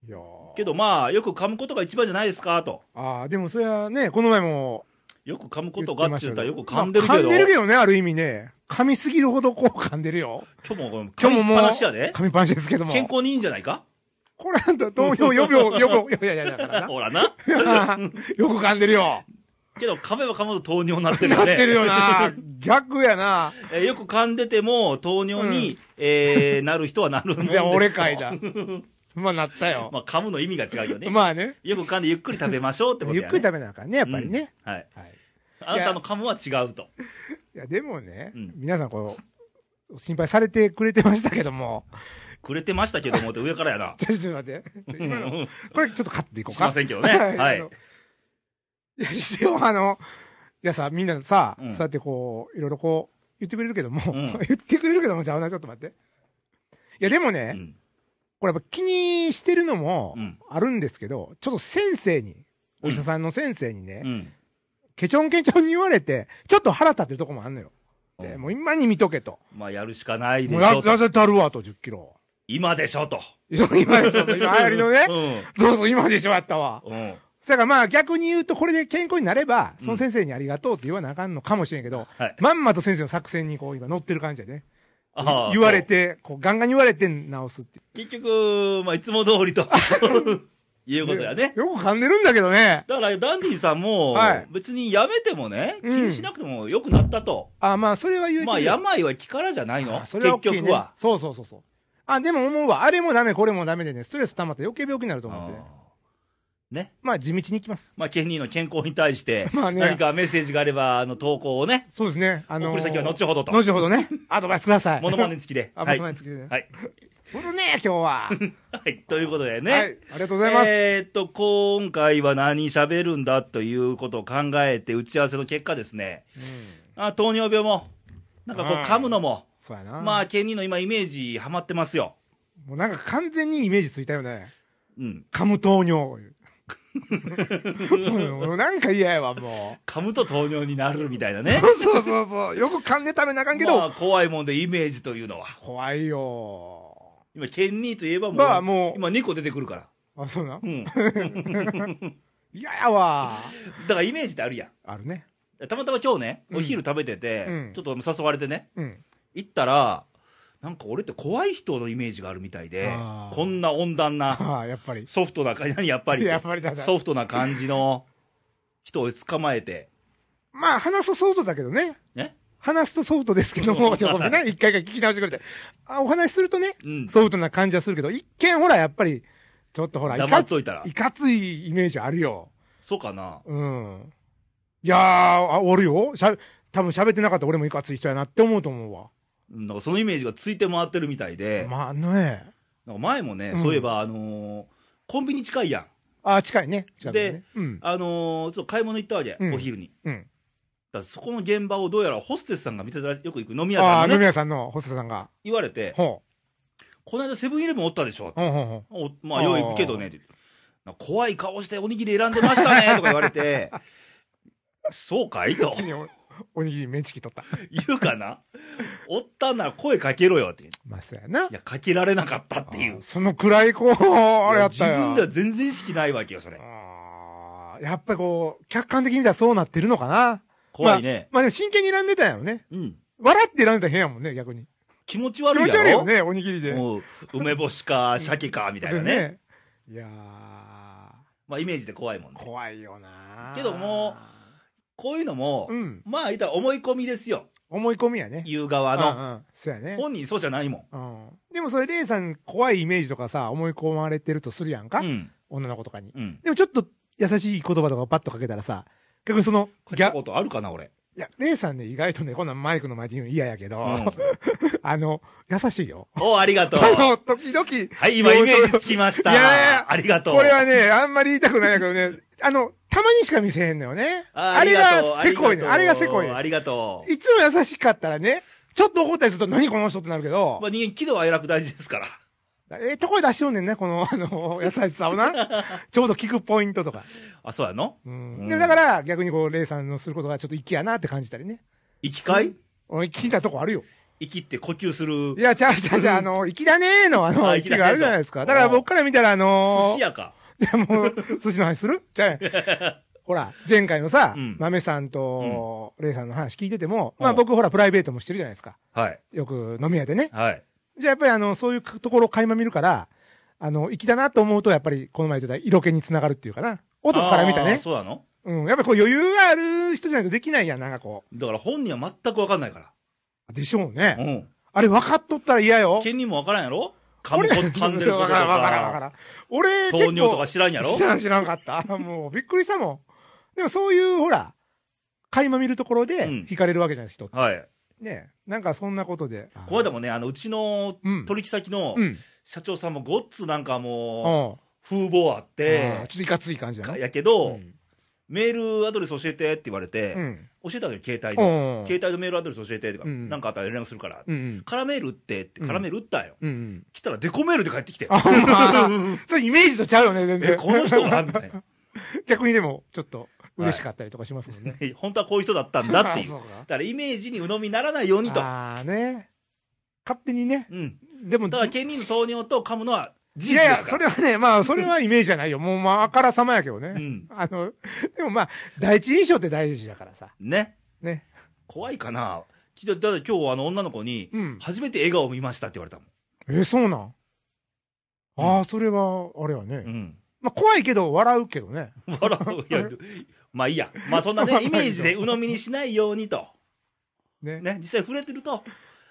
Speaker 2: いや
Speaker 1: けどまあ、よく噛むことが一番じゃないですかと。
Speaker 2: ああ、でもそれはね、この前も
Speaker 1: よく噛むこ
Speaker 2: 言
Speaker 1: と
Speaker 2: って
Speaker 1: がっ
Speaker 2: ま
Speaker 1: て
Speaker 2: し
Speaker 1: 言
Speaker 2: た
Speaker 1: っ
Speaker 2: け
Speaker 1: たら
Speaker 2: ど。
Speaker 1: よく噛んでるけ
Speaker 2: まあ
Speaker 1: ど、
Speaker 2: 噛んでるけどね、ある意味ね。噛みすぎるほどこう噛んでるよ。
Speaker 1: 今日も
Speaker 2: 今日ももう
Speaker 1: 噛みっぱなしやで。
Speaker 2: 噛みパンチですけども。
Speaker 1: 健康にいいんじゃないか
Speaker 2: これなんだ、糖尿予防、予防、いやいやいや、だからな。
Speaker 1: ほらな。
Speaker 2: よく噛んでるよ。
Speaker 1: けど噛めば噛むほど糖尿になってる
Speaker 2: な
Speaker 1: よ
Speaker 2: っ
Speaker 1: ね。
Speaker 2: てるよな。逆やな。
Speaker 1: えーよく噛んでても糖尿に、えーなる人はなるもんです
Speaker 2: じゃあ俺かい
Speaker 1: と
Speaker 2: だ。まあなったよ。
Speaker 1: まあ噛むの意味が違うよね。
Speaker 2: まあね。
Speaker 1: よく噛んでゆっくり食べましょうってこと
Speaker 2: ゆ
Speaker 1: や、
Speaker 2: っ
Speaker 1: ね。
Speaker 2: くり食べなあかんね、やっぱりね。
Speaker 1: うん。はい。
Speaker 2: はい。
Speaker 1: あなたの噛むは違うと。
Speaker 2: いや、でもね、
Speaker 1: うん
Speaker 2: 皆さんこう、心配されてくれてましたけども。
Speaker 1: くれてましたけどもって上からや な。
Speaker 2: ちょ、ちょっと待って。今のこれちょっとカットでいこう
Speaker 1: し
Speaker 2: か。
Speaker 1: ませんけどね。
Speaker 2: はい
Speaker 1: は
Speaker 2: あ
Speaker 1: い
Speaker 2: の。いや、一応あの、いやさ、みんなさ、
Speaker 1: うん
Speaker 2: そうやってこう、いろいろこう、言ってくれるけども、
Speaker 1: うん
Speaker 2: 言ってくれるけども、ちゃうな、ちょっと待って。いや、でも
Speaker 1: う
Speaker 2: ね、
Speaker 1: ん。
Speaker 2: これやっぱ気にしてるのも
Speaker 1: うん
Speaker 2: あるんですけど、ちょっと先生に、お医者さんの先生にね、
Speaker 1: うん。
Speaker 2: ケチョンケチョンに言われて、ちょっと腹立ってるとこもあんのよ。で
Speaker 1: うん
Speaker 2: もう今に見とけと。
Speaker 1: まあやるしかないで
Speaker 2: もう
Speaker 1: し
Speaker 2: や
Speaker 1: ょと。
Speaker 2: 痩せたるわと、10キロ。
Speaker 1: 今でしょと。
Speaker 2: そう今、そうそう、今流行りのね。そうそう、今でしょ、あったわ。
Speaker 1: うん。うん。
Speaker 2: だからまあ逆に言うと、これで健康になれば、その先生にありがとうって言わなあかんのかもしれんけど、
Speaker 1: はい
Speaker 2: まんまと先生の作戦にこう今乗ってる感じやね。
Speaker 1: あー
Speaker 2: 言われて、こうガンガンに言われて直すってい
Speaker 1: 結局、まあ、いつも通 りという
Speaker 2: う。
Speaker 1: ことやね。
Speaker 2: よく噛んでるんだけどね。
Speaker 1: だから、ダンディさんも
Speaker 2: はい、
Speaker 1: 別にやめてもね、気
Speaker 2: うん
Speaker 1: にしなくても良くなったと。
Speaker 2: あ、まあそれは言えてるよ
Speaker 1: まあ、病は気からじゃないの
Speaker 2: あそれは
Speaker 1: 結
Speaker 2: 大きいね
Speaker 1: 局は。
Speaker 2: そうそうそうそう。あ、でも思うわ。あれもダメ、これもダメでね、ストレス溜まって余計病気になると思ってね。
Speaker 1: うんね。
Speaker 2: まあ地道に行きます。
Speaker 1: まあ、ケニーの健康に対して、
Speaker 2: まあね
Speaker 1: 何かメッセージがあれば、あの、投稿をね、
Speaker 2: そうですね。あのー
Speaker 1: 送り先は後ほどと。
Speaker 2: 後ほどね。アドバイスくださ い。
Speaker 1: モノマネ付きで。
Speaker 2: あ、
Speaker 1: は
Speaker 2: モ
Speaker 1: い。
Speaker 2: ノマ
Speaker 1: は
Speaker 2: ネ
Speaker 1: い。
Speaker 2: つけてね。
Speaker 1: はい
Speaker 2: 振るね、今日は。
Speaker 1: はい。ということで ね。
Speaker 2: はい。ありがとうございます。
Speaker 1: えーっと、今回は何喋るんだということを考えて、打ち合わせの結果ですね、あ糖尿病も、なんかこう
Speaker 2: うん
Speaker 1: 噛むのも、
Speaker 2: そうやな。
Speaker 1: ま
Speaker 2: ま
Speaker 1: あ、
Speaker 2: あ、
Speaker 1: ケニーの今イメージハマってますよ。
Speaker 2: もうなんか完全にイメージついたよね。
Speaker 1: うん。
Speaker 2: カム糖尿。うんもうなんか嫌やわ、も
Speaker 1: 噛むと糖尿になるみたいなね
Speaker 2: う。。そうそうそう。よく噛んで食べなあかんけど、
Speaker 1: まあ、怖いもんでイメージというのは。
Speaker 2: 怖いよ。
Speaker 1: 今、ケニーといえばもう、
Speaker 2: まあもう
Speaker 1: 今2個出てくるから。
Speaker 2: あ、そうな
Speaker 1: う。ん。だ
Speaker 2: 嫌やわ。
Speaker 1: からイメージってあるや
Speaker 2: あるね。
Speaker 1: ん。たまたま今日ね、
Speaker 2: うん
Speaker 1: お昼食べてて、
Speaker 2: うん
Speaker 1: ちょっと誘われてね、
Speaker 2: うん。
Speaker 1: 行ったら、なんか俺って怖い人のイメージがあるみたいで
Speaker 2: あ、ー
Speaker 1: こんな温暖な、
Speaker 2: ああ、やっぱり。
Speaker 1: ソフトな感じ、やっぱりって、
Speaker 2: やっぱりだな
Speaker 1: ソフトな感じの人を捕まえて、
Speaker 2: まあ、話すとソフトだけどね。
Speaker 1: ね、
Speaker 2: 話すとソフトですけども、ちょっとごめん な、一回一回聞き直してくれて。あ、お話しするとね、
Speaker 1: うん
Speaker 2: ソフトな感じはするけど、一見ほら、やっぱり、ちょっとほら、
Speaker 1: 黙っといたら
Speaker 2: い、かついイメージあるよ。
Speaker 1: そうかな、
Speaker 2: うん。いやー、あ、おるよ。しゃ、多分喋ってなかった俺もいかつい人やなって思うと思うわ。
Speaker 1: うんなんかそのイメージがついて回ってるみたいで、
Speaker 2: まあね。
Speaker 1: なんか前もね、
Speaker 2: うん
Speaker 1: そういえば、あのーコンビニ近いやん、
Speaker 2: あ、近いね。近いね。うん。
Speaker 1: あのーちょっと買い物行ったわけ、
Speaker 2: うん
Speaker 1: お昼に。
Speaker 2: う
Speaker 1: だ
Speaker 2: ん。
Speaker 1: からそこの現場をどうやらホステスさんが見てたらよく行く飲み屋
Speaker 2: あ
Speaker 1: さ
Speaker 2: あ
Speaker 1: ん
Speaker 2: ー、
Speaker 1: の
Speaker 2: 飲み
Speaker 1: ね、
Speaker 2: 屋さんのホストさんが。
Speaker 1: 言われて、
Speaker 2: ほ
Speaker 1: この間セブンイレブンおったでしょ
Speaker 2: う。ほうほうほ
Speaker 1: おまあ、よう行くけどねってなんか怖い顔しておにぎり選んでましたねとか言われて、 そうかいと
Speaker 2: う。おおにぎりメンチキ取った。
Speaker 1: 言うかな、おったんなら声かけろよって、い
Speaker 2: まあ、そうやな。
Speaker 1: や、かけられなかったってい
Speaker 2: あー
Speaker 1: う、
Speaker 2: そのくらい、こう、あれやっ
Speaker 1: い
Speaker 2: たよ。
Speaker 1: や自分では全然意識ないわけよ、それ、
Speaker 2: あーやっぱりこう、客観的に見たらそうなってるのかな。
Speaker 1: 怖いね、
Speaker 2: まあ、まあでも真剣に選んでたんやろね。
Speaker 1: うん、
Speaker 2: 笑って選んでたら変やもんね、逆に。
Speaker 1: 気持ち
Speaker 2: 気
Speaker 1: 悪
Speaker 2: 持
Speaker 1: い
Speaker 2: ち
Speaker 1: や
Speaker 2: 悪いよ
Speaker 1: ろ、
Speaker 2: ね、おにぎりで。
Speaker 1: もう梅干しか鮭かみたいなね、
Speaker 2: でね。いや
Speaker 1: まあ、イメージで怖いもん
Speaker 2: ー、
Speaker 1: ね、
Speaker 2: 怖いよな
Speaker 1: けどもこういうのも、
Speaker 2: うん。
Speaker 1: まあ、言ったら思い込みですよ、
Speaker 2: 思い込みやね。
Speaker 1: 言う側
Speaker 2: う
Speaker 1: の、
Speaker 2: んうん。そうやね。
Speaker 1: 本人そうじゃないも
Speaker 2: うん。でもそれ、レイさん、怖いイメージとかさ、思い込まれてるとするやんか、
Speaker 1: ん、うん、
Speaker 2: 女の子とかに。
Speaker 1: うん、
Speaker 2: でもちょっと優しい言葉とかパッとかけたらさ、逆にその、
Speaker 1: こん
Speaker 2: ギ
Speaker 1: な
Speaker 2: ャ
Speaker 1: ことあるかな、俺。
Speaker 2: いや、レイさんね、意外とね、こんなんマイクの前で言うの嫌やけど、
Speaker 1: うん
Speaker 2: あの、優しいよ。
Speaker 1: おありがとう。
Speaker 2: あの、時々、
Speaker 1: はい、今イメージつきました。
Speaker 2: いやいやいや
Speaker 1: ありがとう。
Speaker 2: これはね、あんまり言いたくないんだけどね、あの、たまにしか見せへんのよね。
Speaker 1: あ、
Speaker 2: あれ
Speaker 1: ありとう
Speaker 2: がせこいの。あれがせこい
Speaker 1: あ
Speaker 2: の。
Speaker 1: りがとう。
Speaker 2: いつも優しかったらね、ちょっと怒ったりすると、何この人ってなるけど
Speaker 1: ま、あ、人間、喜怒哀楽大事ですから。
Speaker 2: ええとこへ出しようねんね、この、あの、優しさを な。ちょうど聞くポイントとか。
Speaker 1: あ、そうやの
Speaker 2: うん。
Speaker 1: うん
Speaker 2: でもだから、逆にこう、レイさんのすることがちょっと粋やなって感じたりね。
Speaker 1: 生きかい
Speaker 2: 俺、聞いたとこあるよ。
Speaker 1: 生きって呼吸する
Speaker 2: い。や、ちゃうち ゃうちゃう、あの、粋だねーの、あの、
Speaker 1: あ粋だねー
Speaker 2: 粋
Speaker 1: と
Speaker 2: があるじゃないですか。だから僕から見たら、あの
Speaker 1: 寿
Speaker 2: ー
Speaker 1: 司屋か。
Speaker 2: いや、もう、寿司の話するじゃ あほら、前回のさ、
Speaker 1: うん
Speaker 2: 豆さんと、レイさんの話聞いてても、
Speaker 1: うん
Speaker 2: まあ僕ほら、プライベートもしてるじゃないですか。
Speaker 1: はい。
Speaker 2: よく飲み屋でね。
Speaker 1: はい。
Speaker 2: じゃあやっぱりあの、そういうところを垣間見るから、あの、粋だなと思うと、やっぱりこの前言ってた色気につながるっていうかな。男から見た
Speaker 1: あー
Speaker 2: ね。
Speaker 1: そうなの
Speaker 2: うん。やっぱこう余裕がある人じゃないとできないやん、なんかこ
Speaker 1: だから本人は全く分かんないか
Speaker 2: う。でしょう
Speaker 1: ら。う
Speaker 2: ね。
Speaker 1: ん。
Speaker 2: あれ分かっとったら嫌よ。
Speaker 1: 県人も分からんやろ噛むこと、噛んでる ことと
Speaker 2: 分からん分からん分か
Speaker 1: か、
Speaker 2: らん。俺、
Speaker 1: 糖
Speaker 2: 結構
Speaker 1: 尿とか知らんやろ
Speaker 2: 知らん知らんかった。 もうびっくりしたもん。でもそういう、ほら、垣間見るところで
Speaker 1: うん
Speaker 2: 惹かれるわけじゃないですか、人って
Speaker 1: はい。
Speaker 2: ねなんかそんなことで。
Speaker 1: この間もね、あの、うちの
Speaker 2: うん
Speaker 1: 取引先の
Speaker 2: うん。
Speaker 1: 社長さんもごっつなんか
Speaker 2: う
Speaker 1: もう、
Speaker 2: ん。
Speaker 1: 風貌あっ
Speaker 2: あー
Speaker 1: て、
Speaker 2: ちょっといかつい感じだな。
Speaker 1: やけ
Speaker 2: う
Speaker 1: ど、
Speaker 2: ん。
Speaker 1: メールアドレス教えてって言われて、
Speaker 2: うん。
Speaker 1: 教えたのよ、携帯
Speaker 2: う
Speaker 1: の。
Speaker 2: ん
Speaker 1: 携帯のメールアドレス教えてとか、
Speaker 2: うん
Speaker 1: なんかあったら連絡するから。
Speaker 2: うん。
Speaker 1: カラメール打ってって、
Speaker 2: うん
Speaker 1: カラメール打ったんよ。
Speaker 2: うん。
Speaker 1: 来たらデコメールで帰ってきて。
Speaker 2: あ、まあ、 それイメージとちゃうよね、全
Speaker 1: え、
Speaker 2: 然。
Speaker 1: この人がみたいな。
Speaker 2: 逆にでも、ちょっと嬉しかったりとかしますもんね。
Speaker 1: ね本当はこういう人だったんだっていう。
Speaker 2: あ
Speaker 1: だ
Speaker 2: そうか
Speaker 1: からイメージに鵜呑みにならないようにと。
Speaker 2: ああね。勝手にね。
Speaker 1: うん。
Speaker 2: でも、
Speaker 1: だから、ケニーの糖尿と噛むのは事
Speaker 2: い
Speaker 1: 実
Speaker 2: やい
Speaker 1: で
Speaker 2: や、
Speaker 1: すか
Speaker 2: それはね、まあ、それはイメージじゃないよ。もう、まあ、あからさまやけどね。
Speaker 1: うん
Speaker 2: あの、 でもまあ、第一印象って大事だからさ。
Speaker 1: ね。
Speaker 2: ね。
Speaker 1: 怖いかな。きっとだって今日あの女の子に
Speaker 2: うん、
Speaker 1: 初めて笑顔見ましたって言われたも
Speaker 2: え、そうなん
Speaker 1: うん
Speaker 2: ああ、それは、あれはね。
Speaker 1: ん。
Speaker 2: まあ、怖いけど、笑うけどね。
Speaker 1: うん。笑う。いや、まあいいや。まあそんなね、イメージで鵜呑みにしないようにと。
Speaker 2: ね。
Speaker 1: ね、実際触れてると、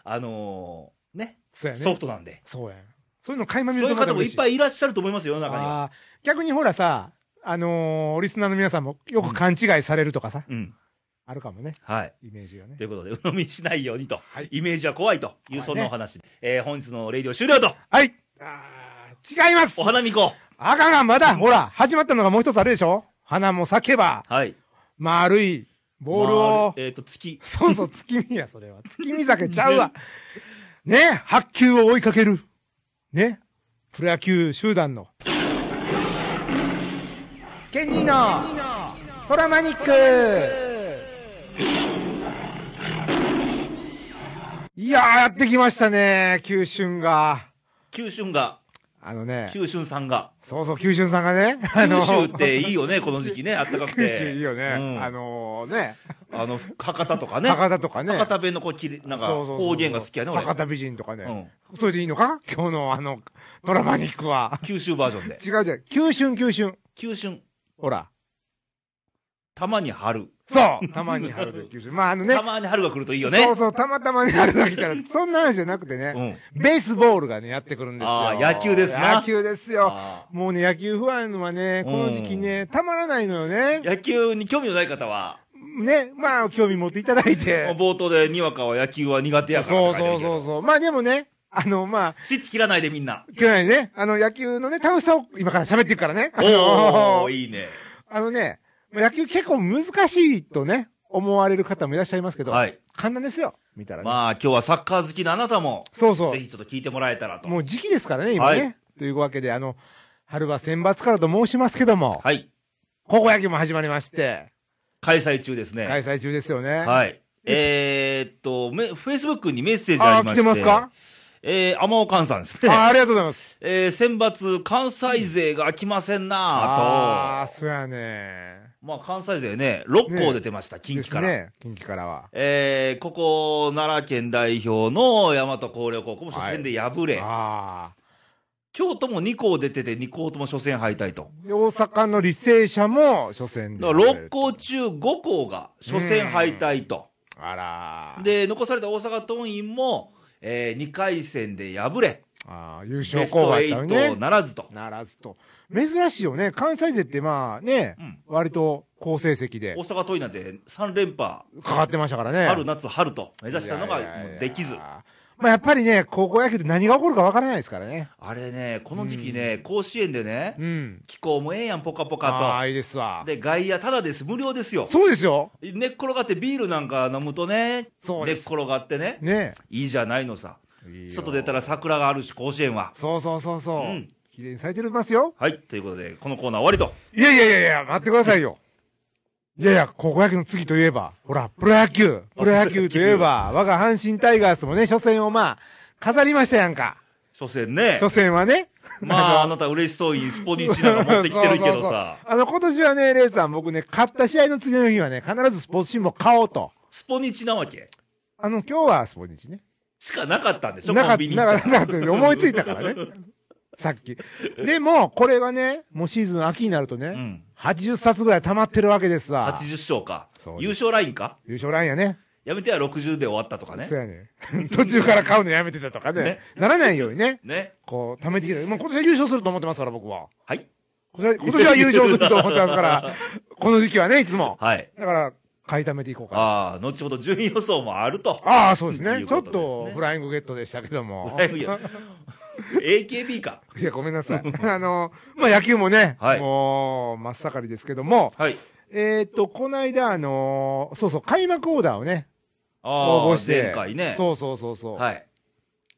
Speaker 1: あのーね、
Speaker 2: そうやね。
Speaker 1: ソフトなんで。
Speaker 2: そうやん。そういうの垣間見
Speaker 1: そう
Speaker 2: る
Speaker 1: いう
Speaker 2: と
Speaker 1: 方もいっぱ
Speaker 2: い
Speaker 1: いいらっしゃると思いますよ、世の中には。
Speaker 2: あー逆にほらさ、あのーリスナーの皆さんもよく勘違いされるとかさ、
Speaker 1: うん。
Speaker 2: あるかもね、
Speaker 1: はい。
Speaker 2: イメージがね
Speaker 1: と。いうことで、鵜呑みにしないようにと
Speaker 2: はい。
Speaker 1: イメージは怖いという、
Speaker 2: 怖いね
Speaker 1: そんなお話。えー本日のレイディオ終了と。
Speaker 2: はいあー違います
Speaker 1: お花見行こ
Speaker 2: あかんがまだ、ほら、始まったのがもう一つあるでしょ花も咲けば、
Speaker 1: う。はい。
Speaker 2: 丸い、ボールを
Speaker 1: まあ、えっと、月。
Speaker 2: そうそう、月見や、それは。月見酒ちゃうわ。ね、白球を追いかける。ね、プロ野球集団の。ケニーのトラマニックいやー、やってきましたね、九春が。
Speaker 1: 九春が、
Speaker 2: あのね、
Speaker 1: 九春さんが。
Speaker 2: そうそう、九春さんがね、
Speaker 1: 九
Speaker 2: あの、
Speaker 1: 州っていいよね、この時期ね、あったかくて。
Speaker 2: 九州いいよね、
Speaker 1: うん
Speaker 2: あのね、
Speaker 1: あの、博多とかね。
Speaker 2: 博多とかね、
Speaker 1: 博多弁のこう、きれなんか、
Speaker 2: そうそうそうそう
Speaker 1: 方言が好きやね、俺。
Speaker 2: 博多美人とかね、
Speaker 1: う。
Speaker 2: それでいいのか今日のあの、ドラマニックは
Speaker 1: 九州バージョンで。
Speaker 2: 違うじゃん。九春九春。
Speaker 1: 九春、
Speaker 2: ほら。
Speaker 1: たまに春。
Speaker 2: そうたまに春で九春。まああのね
Speaker 1: た。まに春が来るといいよね。
Speaker 2: そうそう、たまたまに春が来たら、そんな話じゃなくてね、
Speaker 1: うん。
Speaker 2: ベースボールがね、やってくるんですよ。
Speaker 1: あー野球ですな
Speaker 2: 野球ですよ。
Speaker 1: あ
Speaker 2: もうね、野球不安はね、この時期ね、たまらないのよ
Speaker 1: ー
Speaker 2: ね。
Speaker 1: 野球に興味のない方は、
Speaker 2: ね、まあ、興味持っていただいて。
Speaker 1: 冒頭でにわかは野球は苦手やからっ
Speaker 2: そう
Speaker 1: て書いて
Speaker 2: そ
Speaker 1: る
Speaker 2: う
Speaker 1: けど
Speaker 2: そうそう。まあでもね、あの、まあ、
Speaker 1: スイッチ切らないでみんな。
Speaker 2: 去年ね、あの、野球のね、楽しさを今から喋っていくからね。 あの
Speaker 1: おー、いいね。
Speaker 2: あのね、野球結構難しいとね、思われる方もいらっしゃいますけど、
Speaker 1: はい
Speaker 2: 簡単ですよ、見たらね。
Speaker 1: まあ、今日はサッカー好きなあなたも、
Speaker 2: そうそ
Speaker 1: ぜひちょっと聞いてもらえたら
Speaker 2: う。
Speaker 1: と。
Speaker 2: もう時期ですからね、今ね。
Speaker 1: はい
Speaker 2: というわけで、あの、春は選抜からと申しますけども、
Speaker 1: はい。
Speaker 2: 高校野球も始まりまして、
Speaker 1: 開催中ですね。
Speaker 2: 開催中ですよね。
Speaker 1: はい。えーっと、め、Facebook にメッセージあ
Speaker 2: あ
Speaker 1: り
Speaker 2: ー、
Speaker 1: まし
Speaker 2: 来
Speaker 1: て。
Speaker 2: てますか
Speaker 1: えー、天尾寛さんです
Speaker 2: あ
Speaker 1: ね。
Speaker 2: ー、ありがとうございます。
Speaker 1: えー、選抜、関西勢が来ません
Speaker 2: あ
Speaker 1: な
Speaker 2: あー、
Speaker 1: ぁと。
Speaker 2: そうやね。
Speaker 1: まあ、関西勢ね、6校出てました、近畿から。
Speaker 2: ですね。近畿からは。
Speaker 1: えー、ここ、奈良県代表の大和広陵高校も初戦で敗れ、
Speaker 2: あ
Speaker 1: 京都も2校出てて、2校とも初戦敗退と。
Speaker 2: あ。で大阪の履正社も初戦で。
Speaker 1: だから6校中5校が初戦敗退と。
Speaker 2: あらー。
Speaker 1: で、残された大阪桐蔭も、え2回戦で敗れ、
Speaker 2: あー優
Speaker 1: ベ
Speaker 2: 勝
Speaker 1: スト
Speaker 2: 候補やったのにね
Speaker 1: 8。ならずと。
Speaker 2: ならずと。珍しいよね。関西勢ってまあね、
Speaker 1: うん
Speaker 2: 割と好成績で
Speaker 1: 大阪桐蔭なんて3連覇、
Speaker 2: かかってましたからね。
Speaker 1: 春、夏、春と目指したのが
Speaker 2: いやいやいやいや
Speaker 1: できず。
Speaker 2: まあやっぱりね、高校野球って何が起こるかわからないですからね。
Speaker 1: あれね、この時期ね、甲子園でね
Speaker 2: う、ん。
Speaker 1: 気候もええやん、ぽかぽ
Speaker 2: あ
Speaker 1: か
Speaker 2: あ、いいですわ
Speaker 1: と。。で、外野ただです、無料ですよ。
Speaker 2: そうですよ。
Speaker 1: 寝っ転がってビールなんか飲むとね、
Speaker 2: そう
Speaker 1: 寝っ
Speaker 2: です
Speaker 1: 転がってね、
Speaker 2: ね
Speaker 1: いいじゃないのさ。
Speaker 2: いいよ
Speaker 1: 外出たら桜があるし、甲子園は。
Speaker 2: そうそうそうそう。
Speaker 1: うん
Speaker 2: 綺麗にされてますよ。
Speaker 1: はい、ということで、このコーナー終わりと。
Speaker 2: いやいやいやいや、待ってくださいよ。いやいや、高校野球の次といえば、ほら、プロ野球。プロ野球といえ ば、我が阪神タイガースもね、初戦をまあ、飾りましたやんか。
Speaker 1: 初戦ね。
Speaker 2: 初戦はね。
Speaker 1: まあ、あなた嬉しそうにスポニチなんか持ってきてるけど
Speaker 2: そうそうそう
Speaker 1: さ、
Speaker 2: あの、今年はね、レイさん、僕ね、勝った試合の次の日はね、必ずスポーツ新聞買おうと。
Speaker 1: スポニチなわけ
Speaker 2: あの、今日はスポニチね。
Speaker 1: しかなかったんでしょ、
Speaker 2: な
Speaker 1: コ
Speaker 2: か
Speaker 1: ン
Speaker 2: っ
Speaker 1: ビ
Speaker 2: た、
Speaker 1: ニ
Speaker 2: なか
Speaker 1: 行っ
Speaker 2: ったた、
Speaker 1: ら
Speaker 2: なかった、思いついたからね。 さっき。でも、これがね、もうシーズン秋になるとね、
Speaker 1: ん
Speaker 2: 80冊ぐらい溜まってるわけですわ。
Speaker 1: 80勝か
Speaker 2: そう。です
Speaker 1: 優勝ラインか
Speaker 2: 優勝ラインやね。
Speaker 1: やめては60で終わったとかね
Speaker 2: そう。やね。 途中から買うのやめてたとかね。
Speaker 1: ね
Speaker 2: ならないようにね。
Speaker 1: ね。
Speaker 2: こう、溜めてきて。もう今年は優勝すると思ってますから、僕は。
Speaker 1: はい。
Speaker 2: 今年は今年は優勝すると思ってま すから、この時期はね、いつも。
Speaker 1: はい。
Speaker 2: だから、買い溜めていこうかな。
Speaker 1: ああ、後ほど順位予想もあると。
Speaker 2: ああ、そうです
Speaker 1: とい
Speaker 2: ね。
Speaker 1: う
Speaker 2: ちょ
Speaker 1: ことで
Speaker 2: っ
Speaker 1: すね
Speaker 2: とフライングゲットでしたけども。
Speaker 1: いや AKB か。
Speaker 2: いや、ごめんなさい。あの、まあ、野球もね、
Speaker 1: はい
Speaker 2: もう、真っ盛りですけども、
Speaker 1: はい。
Speaker 2: えーっと、この間、あのーそうそう、開幕オーダーをね、
Speaker 1: あ
Speaker 2: 応
Speaker 1: あ
Speaker 2: 募し、て、
Speaker 1: 前回ね。
Speaker 2: そうそうそうそう。
Speaker 1: はい。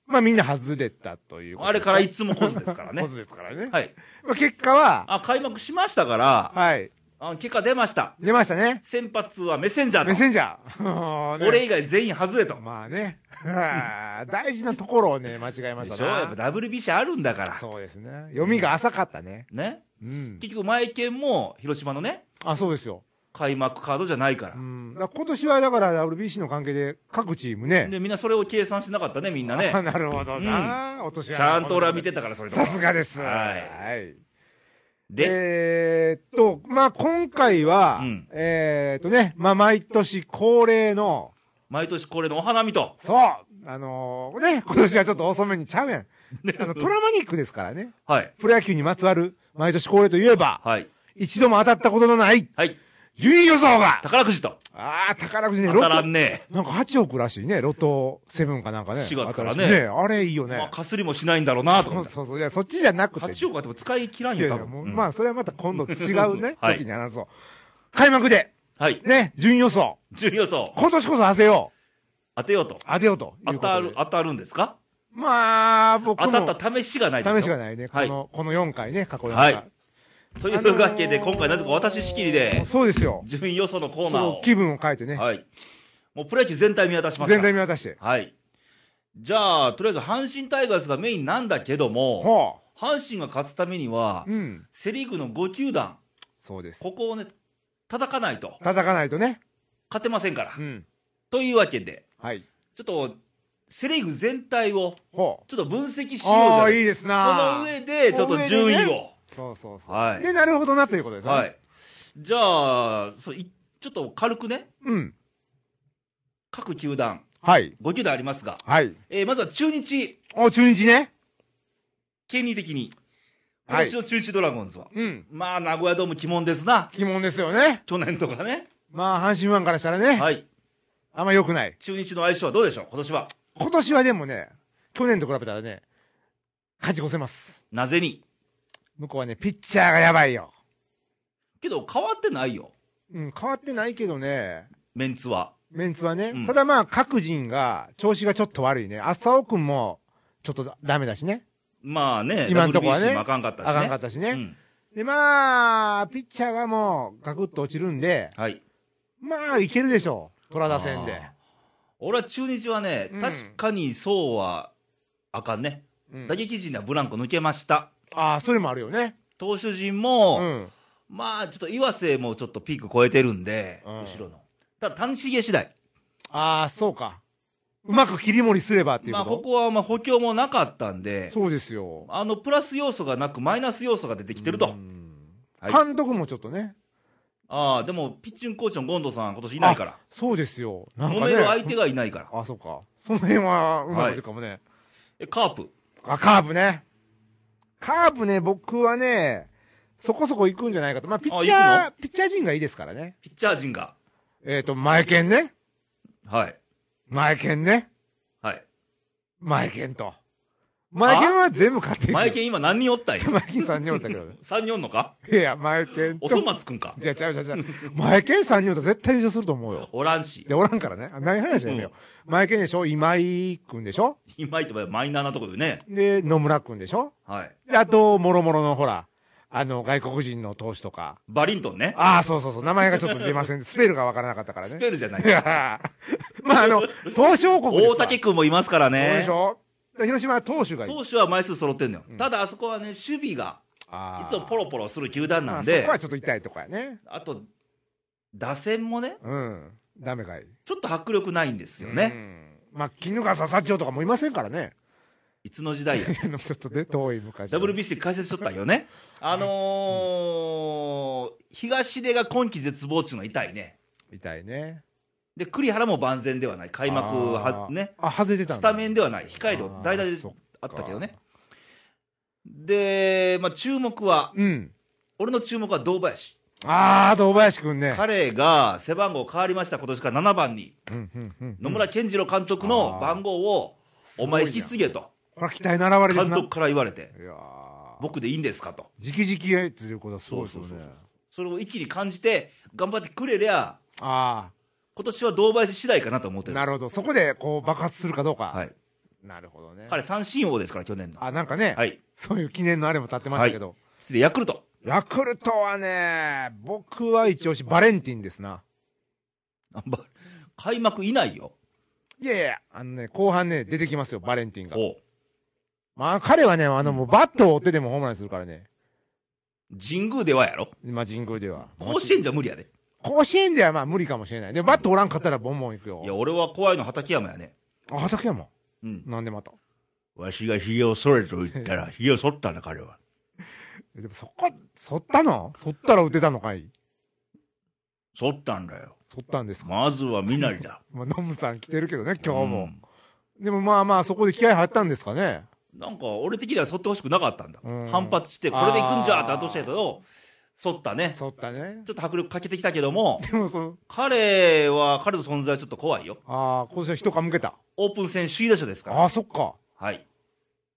Speaker 2: まあ、みんな外れたということ
Speaker 1: あれからい
Speaker 2: つ
Speaker 1: つもコズですから
Speaker 2: ね。
Speaker 1: ね。
Speaker 2: コズですからね。
Speaker 1: はい。
Speaker 2: まあ、結果は、
Speaker 1: あ、開幕しましたから、
Speaker 2: はい。
Speaker 1: あ結果出ました。
Speaker 2: 出ましたね。
Speaker 1: 先発はメッセンジャ
Speaker 2: メッ
Speaker 1: ー
Speaker 2: センジャ ー。
Speaker 1: と。
Speaker 2: ね
Speaker 1: 俺以外全員外れと。
Speaker 2: まあね。 大事なところをね、間違えま
Speaker 1: で
Speaker 2: し
Speaker 1: したょ
Speaker 2: ね。
Speaker 1: やっぱ WBC あるんだから。
Speaker 2: そうですね。読みが浅かったね。
Speaker 1: ね。
Speaker 2: うん。
Speaker 1: 結局、前剣も広島のね、
Speaker 2: あ、そうですよ。
Speaker 1: 開幕カードじゃないから
Speaker 2: う。ん。だから今年はだから WBC の関係で各チームね。
Speaker 1: で、みんなそれを計算してなかったね、みんなね
Speaker 2: あ。なるほどな。落とし
Speaker 1: ち
Speaker 2: 穴
Speaker 1: ゃんと俺は見てたから、それと
Speaker 2: さすがです。
Speaker 1: はい
Speaker 2: はい。
Speaker 1: で、
Speaker 2: えーっと、まあ、今回は、
Speaker 1: うん
Speaker 2: えーっとね、まあ、毎年恒例の、
Speaker 1: 毎年恒例のお花見と。
Speaker 2: そう、あのーね、今年はちょっと遅めにちゃうや ん。あの、トラマニックですからね。
Speaker 1: はい。
Speaker 2: プロ野球にまつわる、毎年恒例といえば、
Speaker 1: はい。
Speaker 2: 一度も当たったことのない、
Speaker 1: はい。
Speaker 2: 順位予想が
Speaker 1: 宝くじと。
Speaker 2: ああ、宝くじね、
Speaker 1: 当
Speaker 2: ロ
Speaker 1: た
Speaker 2: ト。
Speaker 1: ら
Speaker 2: なん
Speaker 1: んね
Speaker 2: か8億らしいね、ロト7かなんかね。
Speaker 1: 4月からね
Speaker 2: 新しいあれいいよ
Speaker 1: まあ、
Speaker 2: ね。
Speaker 1: かすりもしないんだろうな、と
Speaker 2: そ
Speaker 1: 思っ
Speaker 2: う
Speaker 1: て。
Speaker 2: そうそう。いや、そっちじゃなくて。
Speaker 1: 8億あっても使い切らん
Speaker 2: いや
Speaker 1: よ、
Speaker 2: い
Speaker 1: 多
Speaker 2: や、もう、
Speaker 1: 分。
Speaker 2: ま
Speaker 1: うん、
Speaker 2: あ、それはまた今度違うね
Speaker 1: はい
Speaker 2: 時に話そう。開幕で、
Speaker 1: はい。
Speaker 2: ね、順予想。
Speaker 1: 順位予想、
Speaker 2: 今年こそ当てよ
Speaker 1: 当てようと
Speaker 2: う。。当てようという
Speaker 1: 当
Speaker 2: こと
Speaker 1: た
Speaker 2: で
Speaker 1: る、当たるんですか
Speaker 2: まあ、僕
Speaker 1: 当
Speaker 2: も。
Speaker 1: たった試しがないですよ
Speaker 2: 試しがないね。こ
Speaker 1: はい。
Speaker 2: の、この4回ね、過去4
Speaker 1: は
Speaker 2: 回。
Speaker 1: いというわけで、今回なぜか私仕切りで、
Speaker 2: そうですよ。
Speaker 1: 順位予想のコー
Speaker 2: ち
Speaker 1: ナー
Speaker 2: ょ
Speaker 1: を
Speaker 2: っと。気分を変えてね。
Speaker 1: はい。もうプロ野球全体見渡します
Speaker 2: 全
Speaker 1: か
Speaker 2: 体
Speaker 1: ら。
Speaker 2: 見渡して。
Speaker 1: はい。じゃあ、とりあえず阪神タイガースがメインなんだけども、
Speaker 2: ほ
Speaker 1: 阪神が勝つためには
Speaker 2: う。、うん。
Speaker 1: セ・リーグの5球団、
Speaker 2: そうです。
Speaker 1: ここをね、叩かないと、
Speaker 2: 叩かないとね。
Speaker 1: 勝てませんから
Speaker 2: う。ん。
Speaker 1: というわけで、
Speaker 2: はい。
Speaker 1: ちょっと、セ・リーグ全体を、
Speaker 2: ほ
Speaker 1: ちょっと分析し
Speaker 2: う。
Speaker 1: ようじゃ
Speaker 2: あ
Speaker 1: な
Speaker 2: あ、
Speaker 1: い
Speaker 2: いいです
Speaker 1: そ
Speaker 2: な
Speaker 1: の上で、ちょっと順位
Speaker 2: その上で
Speaker 1: を。
Speaker 2: そうそうそう。
Speaker 1: はい
Speaker 2: で、なるほどなということですね。
Speaker 1: はい。じゃあ、そういちょっと軽くね、
Speaker 2: うん。
Speaker 1: 各球団、
Speaker 2: はい。
Speaker 1: 5球団ありますが、
Speaker 2: はい。
Speaker 1: えーまずは中日、
Speaker 2: お、中日ね。
Speaker 1: 権利的に。今
Speaker 2: はい
Speaker 1: 年の中日ドラゴンズは。
Speaker 2: うん。
Speaker 1: まあ、名古屋ドーム鬼門ですな。
Speaker 2: 鬼門ですよね。
Speaker 1: 去年とかね。
Speaker 2: まあ、阪神ファンからしたらね、
Speaker 1: はい。
Speaker 2: あんま良くない。
Speaker 1: 中日の相性はどうでしょう今年は。
Speaker 2: 今年はでもね、去年と比べたらね、勝ち越せます。
Speaker 1: なぜに。
Speaker 2: 向こうはね、ピッチャーがやばいよ。
Speaker 1: けど、変わってないよ。
Speaker 2: うん、変わってないけどね、
Speaker 1: メンツは。
Speaker 2: メンツはね。
Speaker 1: うん
Speaker 2: ただまあ、各人が、調子がちょっと悪いね。浅尾くんも、ちょっとダメだしね。
Speaker 1: まあね、
Speaker 2: 今んとこはね
Speaker 1: WBC もあかんかったし
Speaker 2: あ
Speaker 1: ね。
Speaker 2: かんかったしね。
Speaker 1: うん。
Speaker 2: で、まあ、ピッチャーがもう、ガクッと落ちるんで、
Speaker 1: はい。
Speaker 2: まあ、いけるでしょう。虎田戦で
Speaker 1: あー。俺は中日はね、
Speaker 2: うん
Speaker 1: 確かにそうはあかんね。
Speaker 2: うん
Speaker 1: 打撃陣ではブランコ抜けました。
Speaker 2: ああ、それもあるよね。
Speaker 1: 投手陣
Speaker 2: う
Speaker 1: も、
Speaker 2: ん。
Speaker 1: まあちょっと岩瀬もちょっとピーク超えてるんで、
Speaker 2: うん
Speaker 1: 後ろの。ただ、谷繁次第。
Speaker 2: ああ、そうか。うまく切り盛りすればっていう
Speaker 1: ま
Speaker 2: こ
Speaker 1: あ
Speaker 2: と。
Speaker 1: ここはまあ補強もなかったんで、
Speaker 2: そうですよ。
Speaker 1: あのプラス要素がなくマイナス要素が出てきてる
Speaker 2: う
Speaker 1: と。
Speaker 2: ん
Speaker 1: はい
Speaker 2: 監督もちょっとね。
Speaker 1: ああ、でもピッチングコーチの権藤さん今年いないから。
Speaker 2: そうですよ。なん
Speaker 1: 揉
Speaker 2: かね
Speaker 1: める相手がいないから。
Speaker 2: あ、そうか。その辺は、うまいことかもね、
Speaker 1: えカープ。
Speaker 2: あ、カーブね。カーブね、僕はね、そこそこ行くんじゃないかと。まあ、ピッチ
Speaker 1: あ
Speaker 2: ャ
Speaker 1: 行
Speaker 2: ー、ピッチャー陣がいいですからね。
Speaker 1: ピッチャー陣が。
Speaker 2: えっ、と、前剣ね。
Speaker 1: はい。
Speaker 2: 前剣ね。
Speaker 1: はい。
Speaker 2: 前剣と。前剣は全部勝ってる。
Speaker 1: 前。剣今何人おったんや
Speaker 2: 前剣3人おったけどね。
Speaker 1: ?3 人おんのか
Speaker 2: いや、前剣
Speaker 1: おそ
Speaker 2: と。
Speaker 1: 松くんか。
Speaker 2: じゃあ、ちゃうちゃうちゃう。前剣3人おったら絶対優勝すると思うよ。
Speaker 1: おらんし。
Speaker 2: で、おらんからね。あ、何話やめよう。前剣でしょ今井くんでしょ
Speaker 1: 今言ってもマイナーなとこよね。
Speaker 2: で、野村くんでしょ
Speaker 1: はい。
Speaker 2: であと、もろもろのほら、あの、外国人の投手とか。
Speaker 1: バリントンね。
Speaker 2: ああ、そうそうそう、名前がちょっと出ま せん。スペルがわからなかったから
Speaker 1: ス
Speaker 2: ね。
Speaker 1: ペルじゃない
Speaker 2: い。やー まあ、あの、投手王国ですわ
Speaker 1: 大竹くんもいますから
Speaker 2: そうで
Speaker 1: ね
Speaker 2: し。ょ広島は投手がいい。
Speaker 1: 投手は枚数揃ってんのよ。ただあそこはね、守備が、
Speaker 2: あ
Speaker 1: い
Speaker 2: ー
Speaker 1: つもポロポロする球団なん
Speaker 2: まあそ
Speaker 1: で
Speaker 2: こ、はちょっと痛いとこやね。
Speaker 1: あと、打線もね、
Speaker 2: うん。ダメかい。
Speaker 1: ちょっと迫力ないんですよ
Speaker 2: う
Speaker 1: ね。
Speaker 2: ん。まあ、絹笠社長とかもいませんからね。
Speaker 1: いつの時 代や。
Speaker 2: あのちょっとね、遠い昔。
Speaker 1: WBC 解説しとったよね。あのー、東出が今季絶望中の痛いね。
Speaker 2: 痛いね。
Speaker 1: で、栗原も万全ではない。開幕は
Speaker 2: あ、ー
Speaker 1: ね、
Speaker 2: あ、外れてたんだ
Speaker 1: スタメンではない。控えで
Speaker 2: あー
Speaker 1: 代打で
Speaker 2: そっか
Speaker 1: あったけどね。で、まあ、注目は、
Speaker 2: うん。
Speaker 1: 俺の注目は堂林。
Speaker 2: ああ、堂林くんね。
Speaker 1: 彼が背番号変わりました、今年から7番に、
Speaker 2: うん、うん、うん。
Speaker 1: 野村健次郎監督の番号を、お前引き継げと、
Speaker 2: これは期待の表れです
Speaker 1: 監
Speaker 2: な。
Speaker 1: 督から言われて、
Speaker 2: いやー
Speaker 1: 僕でいいんですかと、
Speaker 2: じきじきやっていうことはすごいですよ
Speaker 1: そう
Speaker 2: ね
Speaker 1: そう。それを一気に感じて、頑張ってくれりゃ、
Speaker 2: あ
Speaker 1: 今年は堂林次第かなと思っ
Speaker 2: あ、
Speaker 1: てる、
Speaker 2: なるほど。そこでこう爆発するかどうか。
Speaker 1: はい、
Speaker 2: なるほどね。
Speaker 1: 彼、三振王ですから、去年の、
Speaker 2: あ、なんかね、
Speaker 1: はい、
Speaker 2: そういう記念のあれも立ってましたけど。
Speaker 1: 失礼、ヤクルト、
Speaker 2: ヤクルトはね、僕は一押し、バレンティンですな。
Speaker 1: あんま開幕いないよ。
Speaker 2: いやいや、あのね、後半ね、出てきますよ、バレンティンが。
Speaker 1: おう
Speaker 2: まあ、彼はね、あの、もうバットを追ってでもホームランするからね。
Speaker 1: 神宮ではやろ。
Speaker 2: まあ、神宮では。
Speaker 1: 甲子園じゃ無理やで。
Speaker 2: 甲子園ではまあ無理かもしれない。でも、バットおらんかったらボンボン行くよ
Speaker 1: い。や、俺は怖いの畠山やね。
Speaker 2: あ、畠山。
Speaker 1: うん。
Speaker 2: なんでまた。
Speaker 1: わしが髭を剃れと言ったら、髭を剃ったな、彼は。
Speaker 2: でも、そこ、剃ったの剃ったら打てたのかい
Speaker 1: 剃ったんだよ。
Speaker 2: 剃ったんですか。
Speaker 1: まずは身なりだ。
Speaker 2: まあ、ノムさん来てる けどね、今日も。でもまあまあ、そこで気合入ったんですかね。
Speaker 1: うんなんか、俺的には剃ってほしくなかったんだ
Speaker 2: うん。
Speaker 1: 反発して、これで行くんじゃって後してたけど、剃ったね。ちょ
Speaker 2: 剃ったね。
Speaker 1: っと迫力かけてきたけども、
Speaker 2: でもそう、
Speaker 1: 彼は、彼の存在はちょっと怖いよ。
Speaker 2: ああ、今年は一かむけた。
Speaker 1: オープン戦首位打者ですから。
Speaker 2: ああ、そっか。
Speaker 1: はい。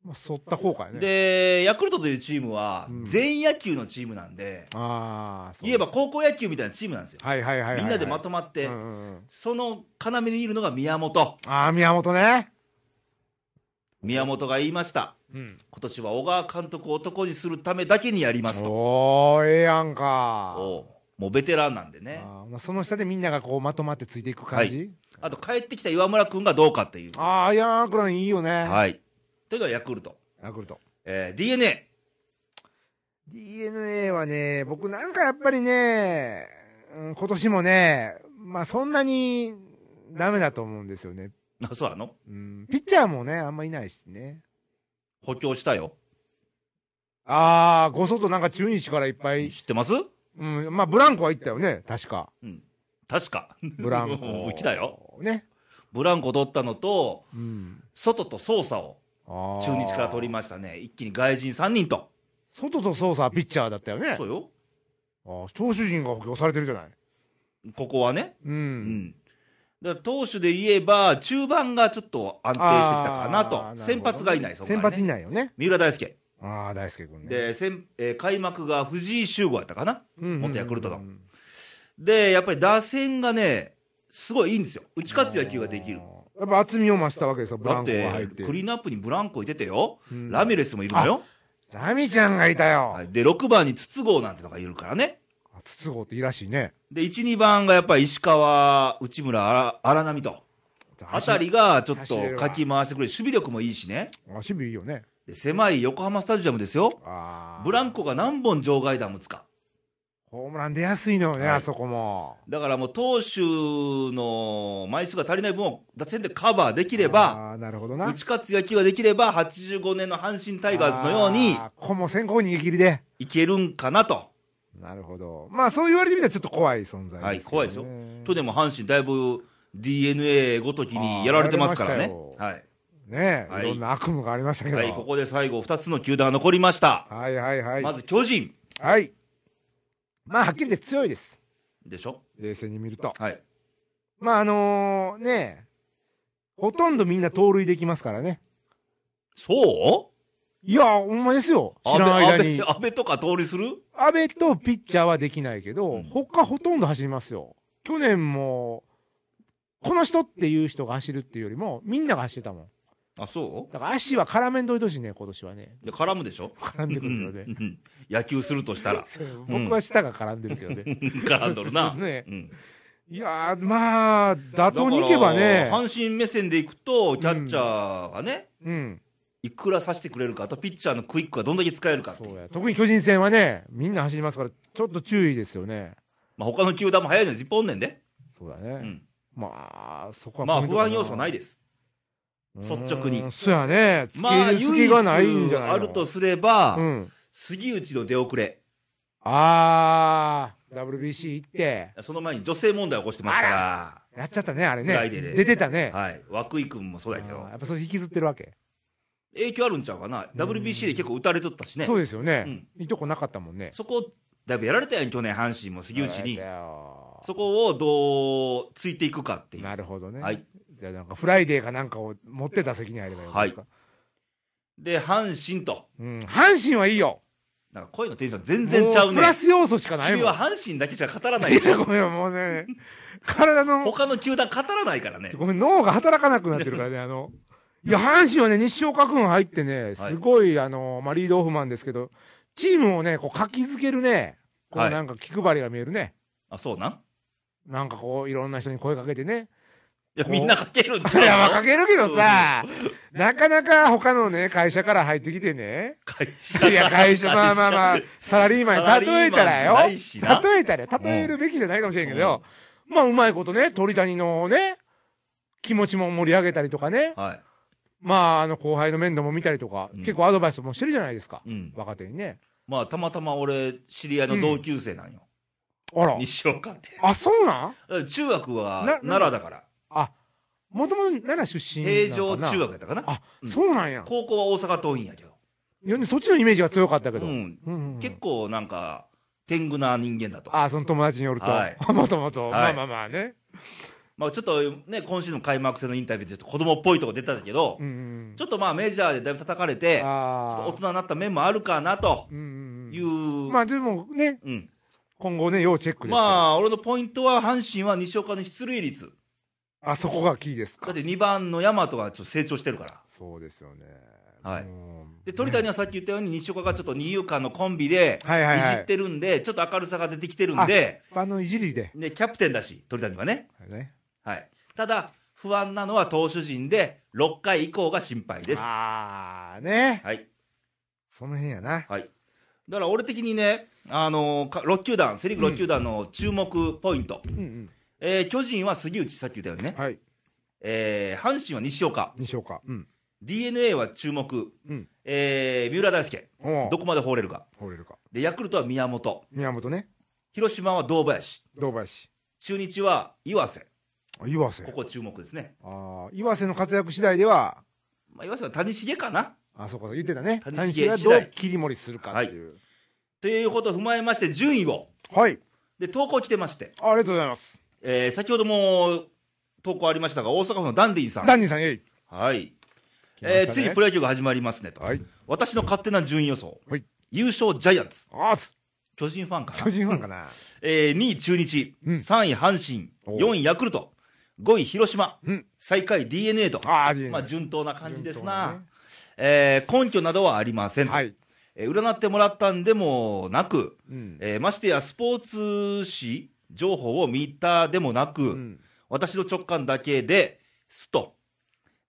Speaker 2: まあ、剃った効果やね。、
Speaker 1: で、ヤクルトというチームは
Speaker 2: うん、
Speaker 1: 全野球のチームなんで、
Speaker 2: ああ、そう
Speaker 1: 言
Speaker 2: で
Speaker 1: えば、
Speaker 2: す
Speaker 1: 高校野球みたいなチームなんですよ。
Speaker 2: はいはいはいはいはい。
Speaker 1: みんなでまとまっ
Speaker 2: う
Speaker 1: て
Speaker 2: ん、うんうん
Speaker 1: その要にいるのが宮本。
Speaker 2: ああ、宮本ね。
Speaker 1: 宮本が言いました。
Speaker 2: うん。
Speaker 1: 今年は小川監督を男にするためだけにやりますと。
Speaker 2: おー、ええやんか。
Speaker 1: おうもうベテランなんでね。
Speaker 2: あーその下でみんながこうまとまってついていく感じ、
Speaker 1: あと帰ってきた岩村君がどうかっていう。
Speaker 2: ああ、いやー、クランいいよね。
Speaker 1: はい。というのがヤクルト。
Speaker 2: ヤクルト。
Speaker 1: えー、DNA。
Speaker 2: DNA はね、僕なんかやっぱりね、うん今年もね、まあそんなにダメだと思うんですよね。
Speaker 1: あ、 そうなの
Speaker 2: うん、ピッチャーもね、あんまいないしね。
Speaker 1: 補強したよ。
Speaker 2: ああ、ごそとなんか中日からいっぱい、
Speaker 1: 知ってます
Speaker 2: うん、まあブランコは行ったよね、確か。
Speaker 1: うん。確か。
Speaker 2: ブラン
Speaker 1: も
Speaker 2: コ。
Speaker 1: う来たよ。。
Speaker 2: ね。
Speaker 1: ブランコ取ったのと、
Speaker 2: うん。
Speaker 1: 外と操作を中日から取り
Speaker 2: ま
Speaker 1: ましたね。一気に外人3人と。
Speaker 2: す。外と操作はピッチャーだったよね。
Speaker 1: そうよ。
Speaker 2: あー投手陣が補強されてるじゃない。
Speaker 1: ここはね。
Speaker 2: う。
Speaker 1: うんん、だから投手で言えば、中盤がちょっと安定してきたかなと、
Speaker 2: あーる
Speaker 1: 先
Speaker 2: ほど
Speaker 1: 発がいない、そこ
Speaker 2: 先
Speaker 1: が
Speaker 2: 発い
Speaker 1: ね、
Speaker 2: ないよね。
Speaker 1: 三浦大輔、
Speaker 2: ああ、大輔君ね。
Speaker 1: で先えー開幕が藤井修吾やったかな、
Speaker 2: うんうんうんうん、
Speaker 1: 元ヤクルトだでやっぱり打線がね、すごいいいんですよ、打ち勝つ野球ができる。
Speaker 2: あー。やっぱ厚みを増したわけですよ、ブ
Speaker 1: だ
Speaker 2: ラ
Speaker 1: っ、
Speaker 2: ンコが入ってて。
Speaker 1: クリーンアップにブランコいててよ、
Speaker 2: うん
Speaker 1: ラミレスもいるのよ、
Speaker 2: ラミちゃんがいたよ。
Speaker 1: はいで6番に筒香なんてのがいるからね、
Speaker 2: あ筒香っていいらしいね。
Speaker 1: で1、2番がやっぱり石川、内村、荒荒波と、あたりがちょっ
Speaker 2: 走れ
Speaker 1: と
Speaker 2: るわ
Speaker 1: かき回してくれる、守備力もいいしね。
Speaker 2: あ守備いいよね。
Speaker 1: で狭い横浜スタジアムですよ、
Speaker 2: あー
Speaker 1: ブラン。コが何本場外弾打つか、
Speaker 2: ホームラン出やすいのよね、
Speaker 1: はい
Speaker 2: あそこも。
Speaker 1: だからもう投手の枚数が足りない分を打線でカバーでき
Speaker 2: い
Speaker 1: れば、
Speaker 2: あーなるほどな。
Speaker 1: 打ち勝つ野球ができれば、85年の阪神タイガーズのように
Speaker 2: あー。ここも先行逃げ切りで。
Speaker 1: いけるんかなと、
Speaker 2: なるほど。まあそう言われてみたらちょっと怖い存在
Speaker 1: はい、怖いですよ、去
Speaker 2: ね
Speaker 1: 年も阪神、だいぶ d n a ごときにやられてますから
Speaker 2: あーやら
Speaker 1: ね
Speaker 2: れまし、た
Speaker 1: はい
Speaker 2: ねえ、
Speaker 1: はい
Speaker 2: い、ろんな悪夢がありましたけど。
Speaker 1: はい、ここで最後、2つの球団が残りました、
Speaker 2: はいはいはい。
Speaker 1: まず巨人
Speaker 2: はい。まあはっきり言って強いです。
Speaker 1: でしょ、
Speaker 2: 冷静に見ると。
Speaker 1: はい、
Speaker 2: まああのーねえ、ほとんどみんな盗塁できますからね。
Speaker 1: そう
Speaker 2: いや、ほんまですよ。知
Speaker 1: 安
Speaker 2: らん
Speaker 1: 倍安
Speaker 2: 間に
Speaker 1: 倍。安倍とか通りする
Speaker 2: 安倍とピッチャーはできないけど、
Speaker 1: うん
Speaker 2: 他ほとんど走りますよ。去年も、この人っていう人が走るっていうよりも、みんなが走ってたもん。
Speaker 1: あそう
Speaker 2: だから足は絡めんといてほしいね、今年はね。
Speaker 1: で絡むでしょ
Speaker 2: 絡んでくるけど
Speaker 1: う
Speaker 2: ね。
Speaker 1: んうん野球するとしたらうん
Speaker 2: 僕は舌が絡んでるけどね。
Speaker 1: 絡んどるな、
Speaker 2: ね
Speaker 1: うん、
Speaker 2: いやー、まあ、妥当にいけばね
Speaker 1: だか。ら阪神目線でいくとキャッチャーがね、
Speaker 2: うん。
Speaker 1: いくらさしてくれるかあとピッチャーのクイックがどんだけ使えるかってい
Speaker 2: そううや。特に巨人戦はね、みんな走りますから、ちょっと注意ですよね。
Speaker 1: まあ、他の球団も早いのに10本ねんで、
Speaker 2: そうだ
Speaker 1: う
Speaker 2: ね。
Speaker 1: ん
Speaker 2: まあ、そこは
Speaker 1: まあ不安要素ない
Speaker 2: で。
Speaker 1: です率直に
Speaker 2: うーんそうやね。つけ
Speaker 1: まあ
Speaker 2: 入れ隙がないんじゃないの
Speaker 1: あるとすれば、
Speaker 2: うん。
Speaker 1: 杉内の出遅れ
Speaker 2: あー、WBC 行って、
Speaker 1: その前に女性問題を起こしてますか
Speaker 2: やっちゃったね、あれ
Speaker 1: フラ
Speaker 2: ね。
Speaker 1: イデーで
Speaker 2: 出てた
Speaker 1: ら、
Speaker 2: ね。
Speaker 1: はい、涌井君もそうだけ
Speaker 2: あ
Speaker 1: ど
Speaker 2: ーやっぱそれ引きずってるわけ。
Speaker 1: 影響あるんちゃうかな WBC で結構打たれとったしね
Speaker 2: そうですよね。
Speaker 1: う
Speaker 2: いいとこなかったもんね。
Speaker 1: そこだいぶやられたやん去年阪神も杉内に
Speaker 2: そうだよ
Speaker 1: そこをどうついていくかっていう
Speaker 2: なるほどね。
Speaker 1: はい。
Speaker 2: じゃあなんかフライデーかなんかを持って打席に入ればいいんですか。
Speaker 1: で阪神と
Speaker 2: うん。阪神はいいよ。
Speaker 1: なんか声のテンション全然ちゃ
Speaker 2: も
Speaker 1: う
Speaker 2: プ
Speaker 1: ね
Speaker 2: ラス要素しかないもん。
Speaker 1: 君は阪神だけじゃ語らないいでしょ
Speaker 2: や ごめん、もうね、体の、
Speaker 1: 他の球団語らないからね
Speaker 2: ごめん、脳が働かなくなってるからね、あの、いや、阪神はね、西岡君入ってね、すごい、あの、まあ、リードオフマンですけど、チームをね、こう、活気づけるね、こ
Speaker 1: は
Speaker 2: う、
Speaker 1: い
Speaker 2: なんか気配りが見えるね。
Speaker 1: あ、そうなん
Speaker 2: なんかこう、いろんな人に声かけてね。
Speaker 1: いや、
Speaker 2: お
Speaker 1: みんなかけるん
Speaker 2: いや、まあ
Speaker 1: だ
Speaker 2: かけるけどさ、なかなか他のね、会社から入ってきてね。
Speaker 1: 会社
Speaker 2: いや、会社、まあまあまあ、サラリーマンに例えたら
Speaker 1: サラ
Speaker 2: よ。
Speaker 1: リーマンじゃないしな
Speaker 2: 例えたら、例えるべきじゃないかもしれんけどよ。まあ、うまいことね、鳥谷のね、気持ちも盛り上げたりとかね。
Speaker 1: は
Speaker 2: まあ、あの、後輩の面倒も見たりとか、
Speaker 1: うん
Speaker 2: 結構アドバイスもしてるじゃないですか。
Speaker 1: い。うん。
Speaker 2: 若手にね。
Speaker 1: まあ、たまたま俺、知り合いの同級生なんよ。
Speaker 2: あら。
Speaker 1: 西岡って。
Speaker 2: あ、そうなん
Speaker 1: だから中学は
Speaker 2: ななんか
Speaker 1: 奈良だから。
Speaker 2: あ、もともと奈良出身なん
Speaker 1: 平
Speaker 2: かな
Speaker 1: 城中学やったかな。
Speaker 2: あ、
Speaker 1: うん
Speaker 2: そうなんや。
Speaker 1: 高校は大阪桐蔭やけど。
Speaker 2: いやねそっちのイメージが強かったけど。
Speaker 1: う
Speaker 2: うん
Speaker 1: ん。
Speaker 2: うんうん
Speaker 1: 結構なんか、天狗な人間だと。
Speaker 2: あ、その友達によると。
Speaker 1: は
Speaker 2: もともと。ま
Speaker 1: は
Speaker 2: あ
Speaker 1: い
Speaker 2: まあまあね。
Speaker 1: まあちょっとね、今シーズン開幕戦のインタビューでちょっと子供っぽいとこ出たんだけど、
Speaker 2: うんうん。
Speaker 1: ちょっとまあメジャーでだいぶ叩かれて、ちょっと
Speaker 2: あ
Speaker 1: 大人になった面もあるかなと
Speaker 2: あ。うん
Speaker 1: いうう、
Speaker 2: ん。まあでもね、
Speaker 1: うん。
Speaker 2: 今後ね、要チェックです
Speaker 1: ま
Speaker 2: から。
Speaker 1: あ、俺のポイントは阪神は西岡の出塁率。
Speaker 2: あ、そこがキーです
Speaker 1: だ
Speaker 2: か
Speaker 1: っ。て2番の大和がちょっと成長してるから。
Speaker 2: そうですよね。
Speaker 1: はい
Speaker 2: もう。
Speaker 1: で、鳥谷はさっき言ったように西岡がちょっと二遊間のコンビで、
Speaker 2: はいはいいはい
Speaker 1: じってるんで、ちょっと明るさが出てきてるんで、
Speaker 2: ねあの、いじりで。
Speaker 1: で、キャプテンだし、鳥谷はね。
Speaker 2: ね。
Speaker 1: はい。ただ、不安なのは投手陣で、6回以降が心配です。は
Speaker 2: ああ、ね。
Speaker 1: い。
Speaker 2: その辺やな。
Speaker 1: はい。だから俺的にね、あのーか6球団、セ・リーグ6球団の注目ポイント、
Speaker 2: うんうん。
Speaker 1: えー巨人は杉内、さっき言ったようにね、
Speaker 2: はい。
Speaker 1: えー阪神は西岡、
Speaker 2: にしようか。うん。
Speaker 1: d n a は注目、
Speaker 2: うん。
Speaker 1: えー三浦大輔、
Speaker 2: おう
Speaker 1: どこまで放れるか、
Speaker 2: 掘れるか。
Speaker 1: でヤクルトは宮本、
Speaker 2: 宮本ね。
Speaker 1: 広島は堂林、
Speaker 2: 堂林。
Speaker 1: 中日は岩瀬、
Speaker 2: あ岩瀬
Speaker 1: こ。こ注目ですね、
Speaker 2: ああ、岩瀬の活躍次第では、
Speaker 1: まあ、岩瀬は谷繁かな
Speaker 2: あ、そうか、言ってたね。
Speaker 1: 谷繁
Speaker 2: 谷繁が
Speaker 1: 次第
Speaker 2: どう切り盛りするかっていう。
Speaker 1: ということを踏まえまして、順位を、
Speaker 2: はい。
Speaker 1: で投稿来てまして、
Speaker 2: あありがとうございます。
Speaker 1: えー先ほども投稿ありましたが、大阪府のダンディさん、
Speaker 2: ダンディさん、えい。
Speaker 1: はい
Speaker 2: 来ましたね
Speaker 1: えーついにプロ野球が始まりますねと。
Speaker 2: はい。
Speaker 1: 私の勝手な順位予想、
Speaker 2: はい
Speaker 1: 優勝ジャイアンツ、
Speaker 2: あーつ、
Speaker 1: 巨人ファンか
Speaker 2: 巨
Speaker 1: な、
Speaker 2: 人ファンかな。
Speaker 1: えー2位中日、
Speaker 2: うん
Speaker 1: 3位阪
Speaker 2: お
Speaker 1: 神、
Speaker 2: う
Speaker 1: 4位ヤクルト、5位広島、
Speaker 2: うん
Speaker 1: 最下位 d n a と、
Speaker 2: ああ、いいね
Speaker 1: まあ、順当な感じですな、
Speaker 2: 順
Speaker 1: えー根拠などはありません、
Speaker 2: はい。
Speaker 1: えー占ってもらったんでもなく、
Speaker 2: うん。
Speaker 1: えーましてやスポーツ紙情報を見たでもなく、
Speaker 2: うん
Speaker 1: 私の直感だけですと。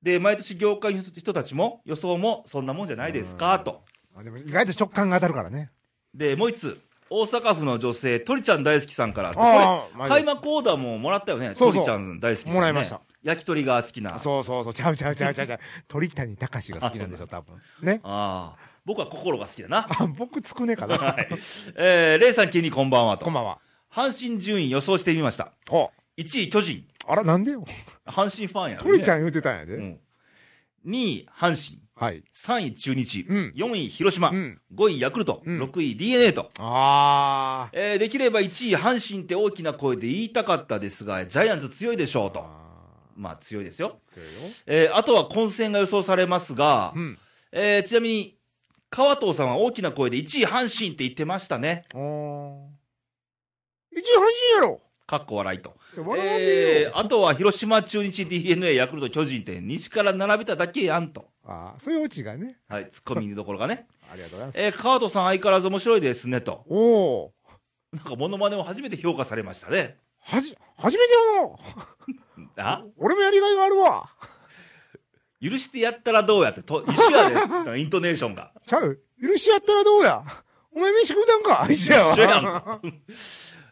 Speaker 1: で毎年業界の人たちも予想もそんなもんじゃないですかと。
Speaker 2: あでも意外と直感が当たるからね。
Speaker 1: で、もう一つ、大阪府の女性、鳥ちゃん大好きさんから、
Speaker 2: あ
Speaker 1: こ
Speaker 2: ー
Speaker 1: れ、開幕オーダーももらったよね、
Speaker 2: そうそ
Speaker 1: 鳥
Speaker 2: う
Speaker 1: ちゃん大好きさん、ね。
Speaker 2: もらいました。
Speaker 1: 焼き鳥が好きな。あ
Speaker 2: そうそうそう、ちゃうちゃうちゃうち ゃうちゃう。鳥谷隆が好きなんでしょ、多分。ね。
Speaker 1: あー。僕は心が好きだな。
Speaker 2: あ、僕つくねか
Speaker 1: は
Speaker 2: な。
Speaker 1: い。えー、レイさん急にこんばんは
Speaker 2: ことん。ばんは。
Speaker 1: 阪神順位予想してみました。
Speaker 2: ほう。
Speaker 1: 1位巨人。
Speaker 2: あら、なんでよ。
Speaker 1: 阪神ファンや、ね。
Speaker 2: 鳥ち
Speaker 1: ん。
Speaker 2: ゃん言うてたんや
Speaker 1: う
Speaker 2: で。
Speaker 1: ん。2位阪神。
Speaker 2: はい。
Speaker 1: 3位中日。
Speaker 2: うん
Speaker 1: 4位広島。
Speaker 2: うん
Speaker 1: 5位ヤクルト。
Speaker 2: うん
Speaker 1: 6位 d n a と。
Speaker 2: あー
Speaker 1: えーできれば1位阪神って大きな声で言いたかったですが、ジャイアンツ強いでしょうと。
Speaker 2: あ
Speaker 1: まあ強いですよ。
Speaker 2: ー。強いよ。
Speaker 1: えーあとは混戦が予想されますが、
Speaker 2: うん。
Speaker 1: えーちなみに、川藤さんは大きな声で1位阪神って言ってましたね。
Speaker 2: お一応阪神やろ
Speaker 1: かっこ笑いと。
Speaker 2: 笑わんでいい
Speaker 1: え
Speaker 2: よ
Speaker 1: ーあとは広島、中日、DNA、ヤクルト、巨人って西から並べただけやんと。
Speaker 2: ああ、そういうオチがね。
Speaker 1: はい、ツッコミどころが ね。
Speaker 2: ありがとうございます。
Speaker 1: えー川藤さん相変わらず面白いですねと。
Speaker 2: おお
Speaker 1: なんかモノマネを初めて評価されましたね。
Speaker 2: はじ、初めてやの
Speaker 1: あ
Speaker 2: 俺もやりがいがあるわ
Speaker 1: 許してやったらどうやってと、一緒やで、イン トネーションが。
Speaker 2: ちゃう許しやったらどうやお前飯食うたんか 一緒やわ。
Speaker 1: 一緒やんか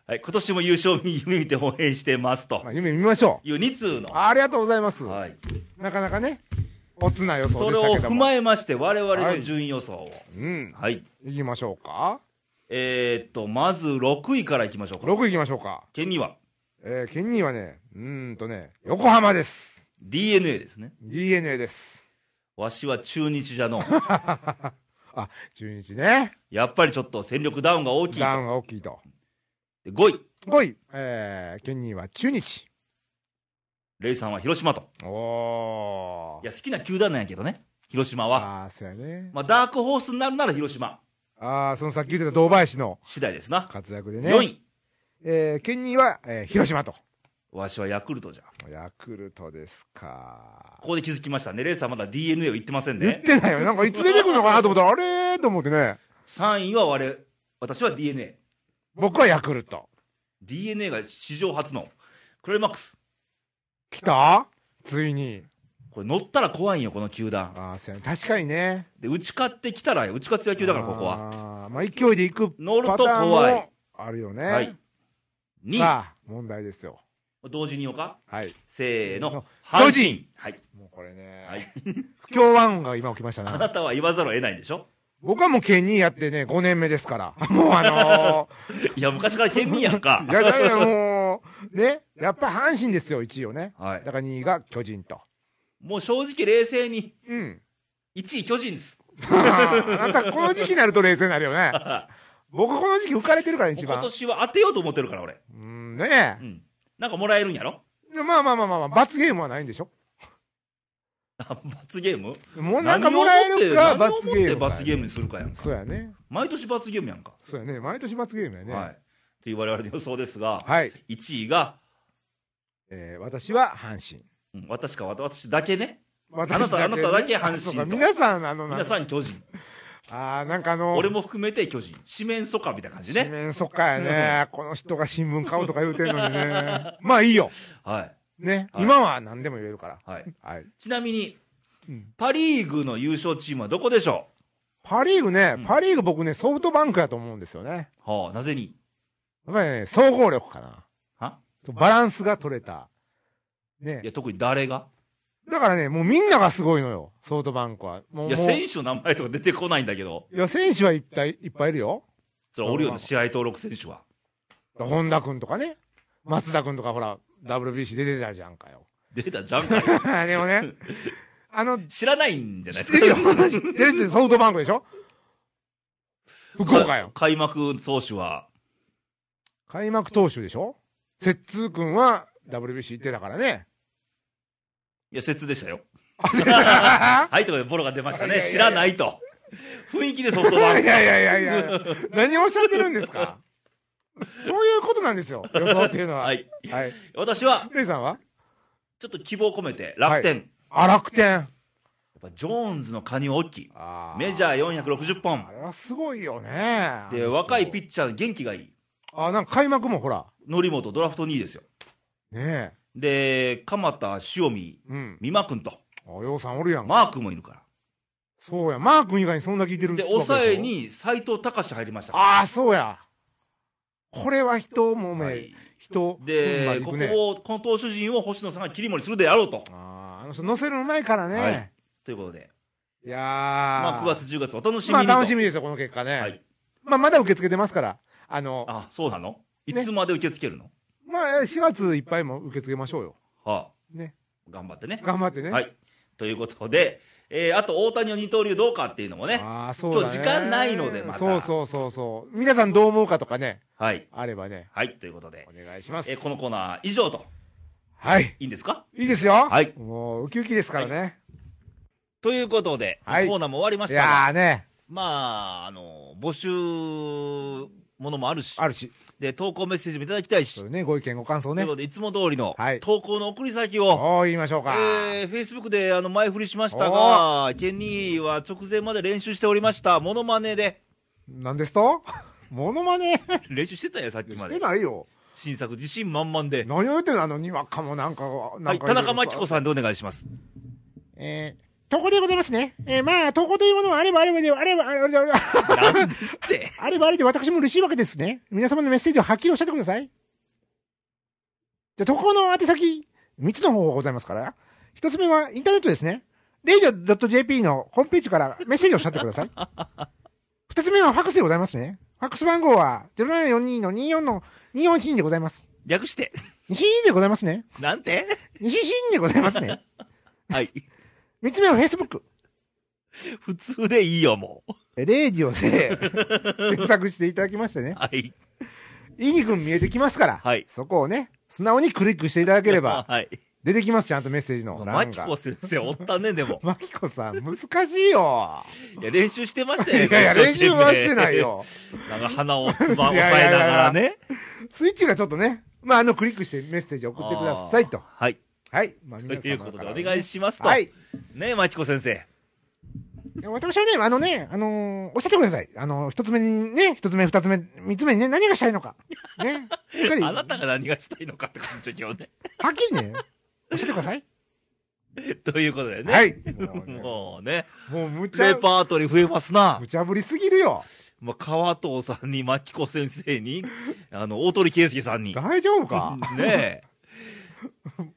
Speaker 1: はい、今年も優勝夢見て 応援してますと
Speaker 2: まあ、夢見ましょ
Speaker 1: いう2通の
Speaker 2: う。。あありがとうございます。
Speaker 1: はい、
Speaker 2: なかなかね、おつな予
Speaker 1: そ
Speaker 2: 想で
Speaker 1: れ
Speaker 2: した
Speaker 1: を
Speaker 2: けど
Speaker 1: 踏
Speaker 2: も。
Speaker 1: まえまして、我々の順位予想を。はい。
Speaker 2: うん。行きましょうか。
Speaker 1: えー、っと、まず6位からいきましょうか。
Speaker 2: 6行きましょうか。
Speaker 1: 県には
Speaker 2: えー、ケニーはね、うーんとね、横浜です。
Speaker 1: DNA ですね。
Speaker 2: DNA です。
Speaker 1: わしは中日じゃ の。
Speaker 2: あ、中日ね。
Speaker 1: やっぱりちょっと戦力ダウンが大きいと。
Speaker 2: ダウンが大きいと。
Speaker 1: 5位、
Speaker 2: 5位、えー、ケニーは中日。
Speaker 1: レイさんは広島と。
Speaker 2: お
Speaker 1: いや、好きな球団なんやけどね、広島は。
Speaker 2: ああ、そうやね。
Speaker 1: まあ、ダークホースになるなら広島
Speaker 2: ああ、そのさっき言ってた堂林の
Speaker 1: 次第ですな。
Speaker 2: 活躍でね。
Speaker 1: 4位、
Speaker 2: えー、ケニーは、えー、広島と。
Speaker 1: わしはヤクルトじゃ。
Speaker 2: ヤクルトですか。
Speaker 1: ここで気づきましたね。レイさんまだ DNA を言ってません
Speaker 2: 言っ
Speaker 1: ね。
Speaker 2: てないよ。なんかいつ出てくるのかなと思ったら、あれーと思ってね。
Speaker 1: 3位は我、私は DNA。
Speaker 2: 僕はヤクルト。
Speaker 1: DNA が史上初のクライマックス。
Speaker 2: 来たついに。
Speaker 1: これ乗ったら怖いんよ、この球団。
Speaker 2: ああ、そうやね確かにね。
Speaker 1: で、打ち勝ってきたら、打ち勝つ野球だから、ここは。
Speaker 2: は。まあ、勢いでいく
Speaker 1: 乗る
Speaker 2: パ
Speaker 1: と
Speaker 2: ターン
Speaker 1: 怖い
Speaker 2: も。あるよね。
Speaker 1: はい。2位、
Speaker 2: さあ、問題ですよ。
Speaker 1: 同時に言おうか。
Speaker 2: はい。
Speaker 1: せーの、
Speaker 2: 巨人
Speaker 1: 阪神はい。
Speaker 2: もうこれね、
Speaker 1: はい。
Speaker 2: 不協和音が今起きました
Speaker 1: あ
Speaker 2: ね。
Speaker 1: なたは言わざるを得ないんでしょ
Speaker 2: 僕はもう県にやってね、5年目ですから。 もうあの
Speaker 1: いや、昔から県民やんか
Speaker 2: ー、 い。やいやいや、もう、ね、やっぱ阪神ですよ、1位をね。
Speaker 1: はい
Speaker 2: だ。から2位が巨人と。
Speaker 1: もう正直冷静に、
Speaker 2: うん。
Speaker 1: 1位巨人です。
Speaker 2: あんたこの時期 になると冷静になるよね。僕この時期浮かれてるから、一
Speaker 1: 今
Speaker 2: 番。
Speaker 1: 年は当てようと思ってるから、俺。
Speaker 2: うん、ね
Speaker 1: うん。なんかもらえるんやろ
Speaker 2: え。まあまあまあまあまあ、罰ゲームはないんでしょ
Speaker 1: あ罰ゲーム
Speaker 2: もうなんかもらえる
Speaker 1: 何
Speaker 2: か、
Speaker 1: を
Speaker 2: 罰
Speaker 1: もって
Speaker 2: ゲ
Speaker 1: 何をもって
Speaker 2: ーム。
Speaker 1: 罰ゲームにするかやんか。
Speaker 2: そうやね。
Speaker 1: 毎年罰ゲームやんか。
Speaker 2: そうやね。毎年罰ゲームやね。
Speaker 1: はい。っていう我々の予想ですが、
Speaker 2: はい。
Speaker 1: 1位が、
Speaker 2: えー私は阪神。
Speaker 1: うん私か、わた私だけね。
Speaker 2: 私
Speaker 1: あなたあなただけ阪神と
Speaker 2: そうか皆さん、あの、
Speaker 1: 皆さん巨人。
Speaker 2: ああ、なんかあの、
Speaker 1: 俺も含めて巨人。四面楚歌みたいな感じ
Speaker 2: 紙
Speaker 1: ね。
Speaker 2: 面そっかやね。この人が新聞買おうとか言うてんのにね。 まあいいよ。
Speaker 1: はい。
Speaker 2: ね。
Speaker 1: はい
Speaker 2: 今は何でも言えるから。
Speaker 1: はい。
Speaker 2: はい。
Speaker 1: ちなみに
Speaker 2: うん、
Speaker 1: パリーグの優勝チームはどこでしょ
Speaker 2: パリーグね、
Speaker 1: うん
Speaker 2: パリーグ僕ね、ソフトバンクやと思うんですよね。
Speaker 1: うはあ、なぜに
Speaker 2: やっぱりね、総合力かな。
Speaker 1: は
Speaker 2: バランスが取れた。ね
Speaker 1: い。や、特に誰が
Speaker 2: だからね、もうみんながすごいのよ。ソフトバンクは。もう、
Speaker 1: いや、
Speaker 2: もう
Speaker 1: 選
Speaker 2: い
Speaker 1: 手の名前とか出てこないんだけど。
Speaker 2: や選手はいっぱいいっぱいいるよ。
Speaker 1: それおるよね、試合登録選手は。
Speaker 2: 本田君とかね。松田君とかほら、WBC 出てたじゃんかよ。
Speaker 1: 出たじゃんか。
Speaker 2: でもね、あの、
Speaker 1: 知らないんじゃない
Speaker 2: 知
Speaker 1: で
Speaker 2: っ
Speaker 1: す
Speaker 2: て
Speaker 1: か。
Speaker 2: るよ。知ってるってソフトバンクでしょ福岡よ。
Speaker 1: 開幕投手は、
Speaker 2: 開幕投手でしょ摂津君は WBC 行ってたから ね。
Speaker 1: いや、説で したよ。
Speaker 2: い
Speaker 1: はい、ということで、ボロが出ました
Speaker 2: い
Speaker 1: ね
Speaker 2: やい。やい
Speaker 1: 知
Speaker 2: や
Speaker 1: らないと。雰囲気でソフトバンク。
Speaker 2: やいやいやいや、何をおっしゃってるんですかそういうことなんですよ、予想っていうのは。
Speaker 1: は。い。
Speaker 2: はい。
Speaker 1: 私は、
Speaker 2: レイさんは
Speaker 1: ちょっと希望を込めて、楽天。
Speaker 2: あ、楽天。
Speaker 1: やっぱ、ジョーンズの加入大きい。
Speaker 2: あ
Speaker 1: メジャー460
Speaker 2: あ
Speaker 1: 本。
Speaker 2: れはすごいよね。
Speaker 1: で、若いピ
Speaker 2: ッ
Speaker 1: ッチャー、元気がいい。
Speaker 2: あ、なんか開幕もほら、
Speaker 1: 則本、ドラフト2位ですよ。
Speaker 2: ね
Speaker 1: で、鎌田、塩見、
Speaker 2: え。うん。
Speaker 1: 美馬君と、
Speaker 2: あ、ようさんおるやんか。
Speaker 1: マー君もいるか
Speaker 2: そうや、マー君以外にそんな聞いてる
Speaker 1: ら。で、
Speaker 2: わけしょ
Speaker 1: 抑え。に斎藤隆入りました。
Speaker 2: ああ、そうや。これは人もめ、
Speaker 1: はい
Speaker 2: 人、うんまあ
Speaker 1: で、
Speaker 2: 行
Speaker 1: こ
Speaker 2: くね
Speaker 1: こを、この投手陣を星野さんが切り盛りするであろうと。
Speaker 2: あーあの人乗せるのうまいからね。
Speaker 1: はいい、ということで、
Speaker 2: やー
Speaker 1: まあ、9月、10月、お楽しみ
Speaker 2: まあ
Speaker 1: にと。
Speaker 2: 楽しみですよ、この結果ね。
Speaker 1: はい
Speaker 2: まあまだ受け付けてますから。あの、
Speaker 1: あ、そうなのい
Speaker 2: ね
Speaker 1: つまで受け付けるの、
Speaker 2: まあ4月いっぱいも受け付けましょうよ。
Speaker 1: はあ、
Speaker 2: ね
Speaker 1: 頑張ってね。
Speaker 2: 頑張ってね。
Speaker 1: はい。ということで、えーあと大谷の二刀流どうかっていうのもね、
Speaker 2: ああ、そうだね。
Speaker 1: 今日時間ないのでまた
Speaker 2: そうそうそうそう。皆さんどう思うかとかね、
Speaker 1: はい。
Speaker 2: あればね、
Speaker 1: はい、ということで
Speaker 2: お、願いします。
Speaker 1: えーこのコーナー以上と、
Speaker 2: はい。
Speaker 1: いいんですか
Speaker 2: いいですよ。
Speaker 1: はい
Speaker 2: もうウキウキですからね。
Speaker 1: ということで、
Speaker 2: はい
Speaker 1: コーナーも終わりま
Speaker 2: い、
Speaker 1: したが、
Speaker 2: やーね、
Speaker 1: まあ、あの、募集ものもあるし、
Speaker 2: あるし、
Speaker 1: で、投稿メッセージもいただきたいし、
Speaker 2: そうね、ご意見ご感想
Speaker 1: とい
Speaker 2: ね
Speaker 1: うこ。とで、いつも通りの
Speaker 2: はい
Speaker 1: 投稿の送り先を、
Speaker 2: おー、言いましょうか。
Speaker 1: えー、Facebook であの前振りしましたが、ケニーは直前まで練習しておりました、モノマネで、
Speaker 2: なんですと モノマネし
Speaker 1: 練習してたよ、さっきま
Speaker 2: て
Speaker 1: で。
Speaker 2: ないよ。
Speaker 1: 新作、自信満々で。
Speaker 2: 何を言ってんのあの、にわかもなんか、な
Speaker 1: は
Speaker 2: ん
Speaker 1: い、
Speaker 2: か。
Speaker 1: 田中真紀子さんでお願いします。
Speaker 2: えー、投稿でございますね。えー、まあ、投稿というものはあればあればで、あれば、あれば、あれば、あれば、
Speaker 1: なんですって。
Speaker 2: あればあれで私も嬉しいわけですね。皆様のメッセージをはっきりおっしゃってください。じゃあ、投稿の宛先、3つの方法ございますから。1つ目はインターネットですね。radio.jp のホームページからメッセージをおっしゃってください。2つ目はファックスでございますね。ファックス番号は0742の24の2412でございます。
Speaker 1: 略して。
Speaker 2: 西でございますね。
Speaker 1: なんて
Speaker 2: 西新でございますね。
Speaker 1: はい。
Speaker 2: 3つ目は Facebook。
Speaker 1: 普通でいいよ、もう。
Speaker 2: えレイディオ で検索していただきましてね。
Speaker 1: はい。
Speaker 2: いにくん見えてきますから。
Speaker 1: はい
Speaker 2: そこをね、素直にクリックしていただければ、
Speaker 1: はい。
Speaker 2: 出てきます、ちゃんとメッセージの
Speaker 1: 真
Speaker 2: 欄
Speaker 1: 紀
Speaker 2: が。
Speaker 1: 子先生おったね、でも。
Speaker 2: マキコさん、難しいよ。
Speaker 1: いや、練習してまし
Speaker 2: い
Speaker 1: た
Speaker 2: や
Speaker 1: よ。
Speaker 2: いや、練習はしてない。よ。
Speaker 1: なんか鼻をつば押さえなが らね。
Speaker 2: スイッチがちょっとね、まあ、あの、クリックしてメッセージ送ってくださいと
Speaker 1: あ。 ーはい。
Speaker 2: はい。まあ、
Speaker 1: ということで、お願い
Speaker 2: し
Speaker 1: しますと。
Speaker 2: はい。
Speaker 1: ねえ、真紀子先生。
Speaker 2: いや私はね、あのね、あのーおっしゃってください。あのー一つ目にね、一つ目、二つ目、三つ目にね、何がしたいのか。ね。しっ かり、
Speaker 1: あ
Speaker 2: は
Speaker 1: な
Speaker 2: った
Speaker 1: が何がしたいのかって感じよね。
Speaker 2: きりね、おっしゃってください。
Speaker 1: ということでね。
Speaker 2: はい。もうね、
Speaker 1: もうね、
Speaker 2: もう無茶
Speaker 1: レ、パートリー増えますな。
Speaker 2: 無茶ぶりすぎるよ。
Speaker 1: まあ、川藤さんに、牧子先生に、 あの、大鳥圭介さんに。
Speaker 2: 大丈 夫か
Speaker 1: ね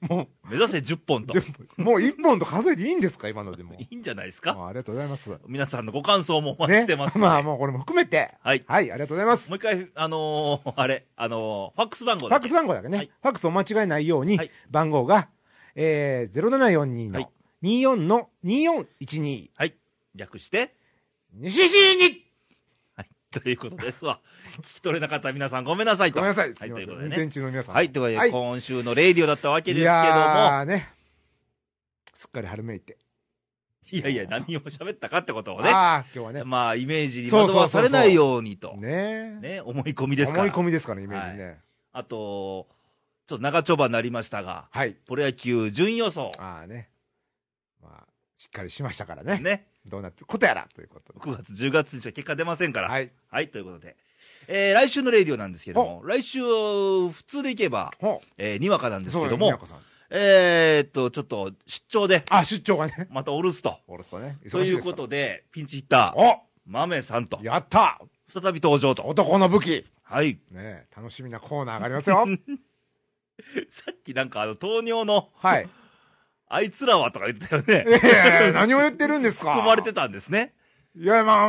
Speaker 2: も
Speaker 1: え。目指せ10本と。
Speaker 2: じゃもう一本と数えていいんですか今のでも。
Speaker 1: いいんじゃないです
Speaker 2: あ
Speaker 1: か
Speaker 2: ありがとうございます。
Speaker 1: 皆さんのご感想もお待ちしてます、
Speaker 2: ね。まあもうこれも含めて。
Speaker 1: はい
Speaker 2: はい、ありがとうございます。
Speaker 1: もう一回、あのーあれ、あのーファックス番号
Speaker 2: ファ
Speaker 1: だ
Speaker 2: ック
Speaker 1: け
Speaker 2: ス番号だけね、
Speaker 1: はい
Speaker 2: ファックスを間違えないように、
Speaker 1: はい
Speaker 2: 番号が、えー、0742
Speaker 1: はい
Speaker 2: の24の2412、
Speaker 1: 略して、
Speaker 2: 西西に
Speaker 1: はい、ということですわ。聞き取れなかった皆さんごめんなさいと。
Speaker 2: ごめんなさい、
Speaker 1: は
Speaker 2: す
Speaker 1: い、
Speaker 2: い
Speaker 1: と
Speaker 2: ま
Speaker 1: い
Speaker 2: せ、
Speaker 1: うんこと
Speaker 2: 運
Speaker 1: でね
Speaker 2: 転。中の皆さん。
Speaker 1: はい、ということで、
Speaker 2: はい
Speaker 1: 今週のレイディオだったわけです
Speaker 2: い
Speaker 1: けども、
Speaker 2: やーね、すっかり春めいて、
Speaker 1: いやいや、何を喋ったかってことをね、
Speaker 2: ああ、今日はね、
Speaker 1: まあ、イメージに
Speaker 2: そうそう
Speaker 1: 惑
Speaker 2: そう
Speaker 1: わされないようにと、
Speaker 2: ね
Speaker 1: ね、思い込みですか
Speaker 2: 思い
Speaker 1: ら
Speaker 2: 込。みですから、イメージね。
Speaker 1: あと、ちょっと長丁場になりましたが、
Speaker 2: はい、
Speaker 1: プロ野球順位予想、
Speaker 2: ああね、まあ、しっかりしましたからね、
Speaker 1: ね、
Speaker 2: どうなってることやらということで。
Speaker 1: 9月、10月にしか結果出ませんから、はい、
Speaker 2: はい、
Speaker 1: ということで、えー来週のレイディオなんですけども、来週、普通でいけば、
Speaker 2: ほう
Speaker 1: えーにわかなんですけど
Speaker 2: そうだね美奈
Speaker 1: も、
Speaker 2: 子さん
Speaker 1: えーっと、ちょっと出張で、
Speaker 2: あ、出張がね、
Speaker 1: またお留守と。
Speaker 2: おろそね、忙し
Speaker 1: とい
Speaker 2: で
Speaker 1: う
Speaker 2: すか
Speaker 1: こ
Speaker 2: ら
Speaker 1: とで、ピンチヒッター、豆さんと
Speaker 2: お、やった
Speaker 1: 再び登場と。
Speaker 2: 男の武器
Speaker 1: はい。
Speaker 2: ねえ楽しみなコーナーがありますよ。
Speaker 1: さっきなんかあの、糖尿の、
Speaker 2: はい。
Speaker 1: あいつらはとか言ってたよ
Speaker 2: え
Speaker 1: ね。
Speaker 2: え何を言ってるんですか
Speaker 1: 含まれてたんですね。
Speaker 2: いや、まあ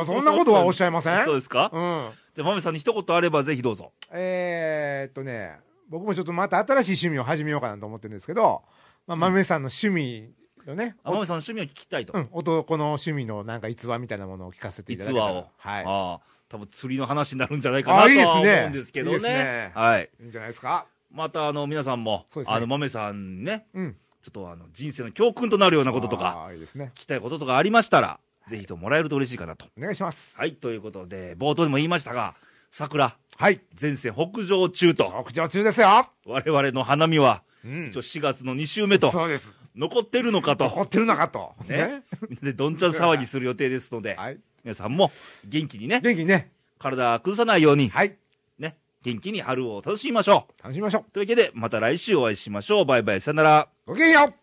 Speaker 2: まあ、そんなことはおっしゃいません。
Speaker 1: そうですか
Speaker 2: うん。
Speaker 1: じゃあ、豆さんに一言あればぜひどうぞ。
Speaker 2: えー、っとね、僕もちょっとまた新しい趣味を始めようかなと思ってるんですけど、まあ、豆さんの趣味のね、
Speaker 1: あ豆さんの趣味を聞きたいと。
Speaker 2: うん、男の趣味のなんか逸話みたいなものを聞かせていただけた
Speaker 1: 逸話
Speaker 2: ら
Speaker 1: を。
Speaker 2: は
Speaker 1: ああ、多分釣りの話になるんじゃないかな
Speaker 2: あ
Speaker 1: と
Speaker 2: いいですね
Speaker 1: は思うんですけどね。
Speaker 2: いいですね
Speaker 1: はい。
Speaker 2: い。いいんじゃないですか
Speaker 1: またあの、皆さんも、
Speaker 2: そうですね
Speaker 1: あの、豆さんにね、
Speaker 2: うん。
Speaker 1: ちょっとあの、人生の教訓となるようなこととか、
Speaker 2: あー。いいですね。
Speaker 1: 聞きたいこととかありましたら、ぜひともらえると嬉しいかなと。
Speaker 2: お願いします。
Speaker 1: はい、ということで、冒頭でも言いましたが、桜、
Speaker 2: はい。
Speaker 1: 前線北上中と、
Speaker 2: 屋上中ですよ。
Speaker 1: 我々の花見は、
Speaker 2: うん
Speaker 1: 一応。4月の2週目と、
Speaker 2: そうです。
Speaker 1: 残ってるのか
Speaker 2: 残
Speaker 1: と、
Speaker 2: ってるのかと。
Speaker 1: ね。みんなでどんちゃん騒ぎする予定ですので、
Speaker 2: はい。
Speaker 1: 皆さんも元気にね、
Speaker 2: 元気にね。
Speaker 1: 体崩さないように、
Speaker 2: はい。
Speaker 1: ね、元気に春を楽しみましょ
Speaker 2: 楽しみましょう。
Speaker 1: う。というわけで、また来週お会いしましょう。バイバイ、さよなら。
Speaker 2: ごきげんよう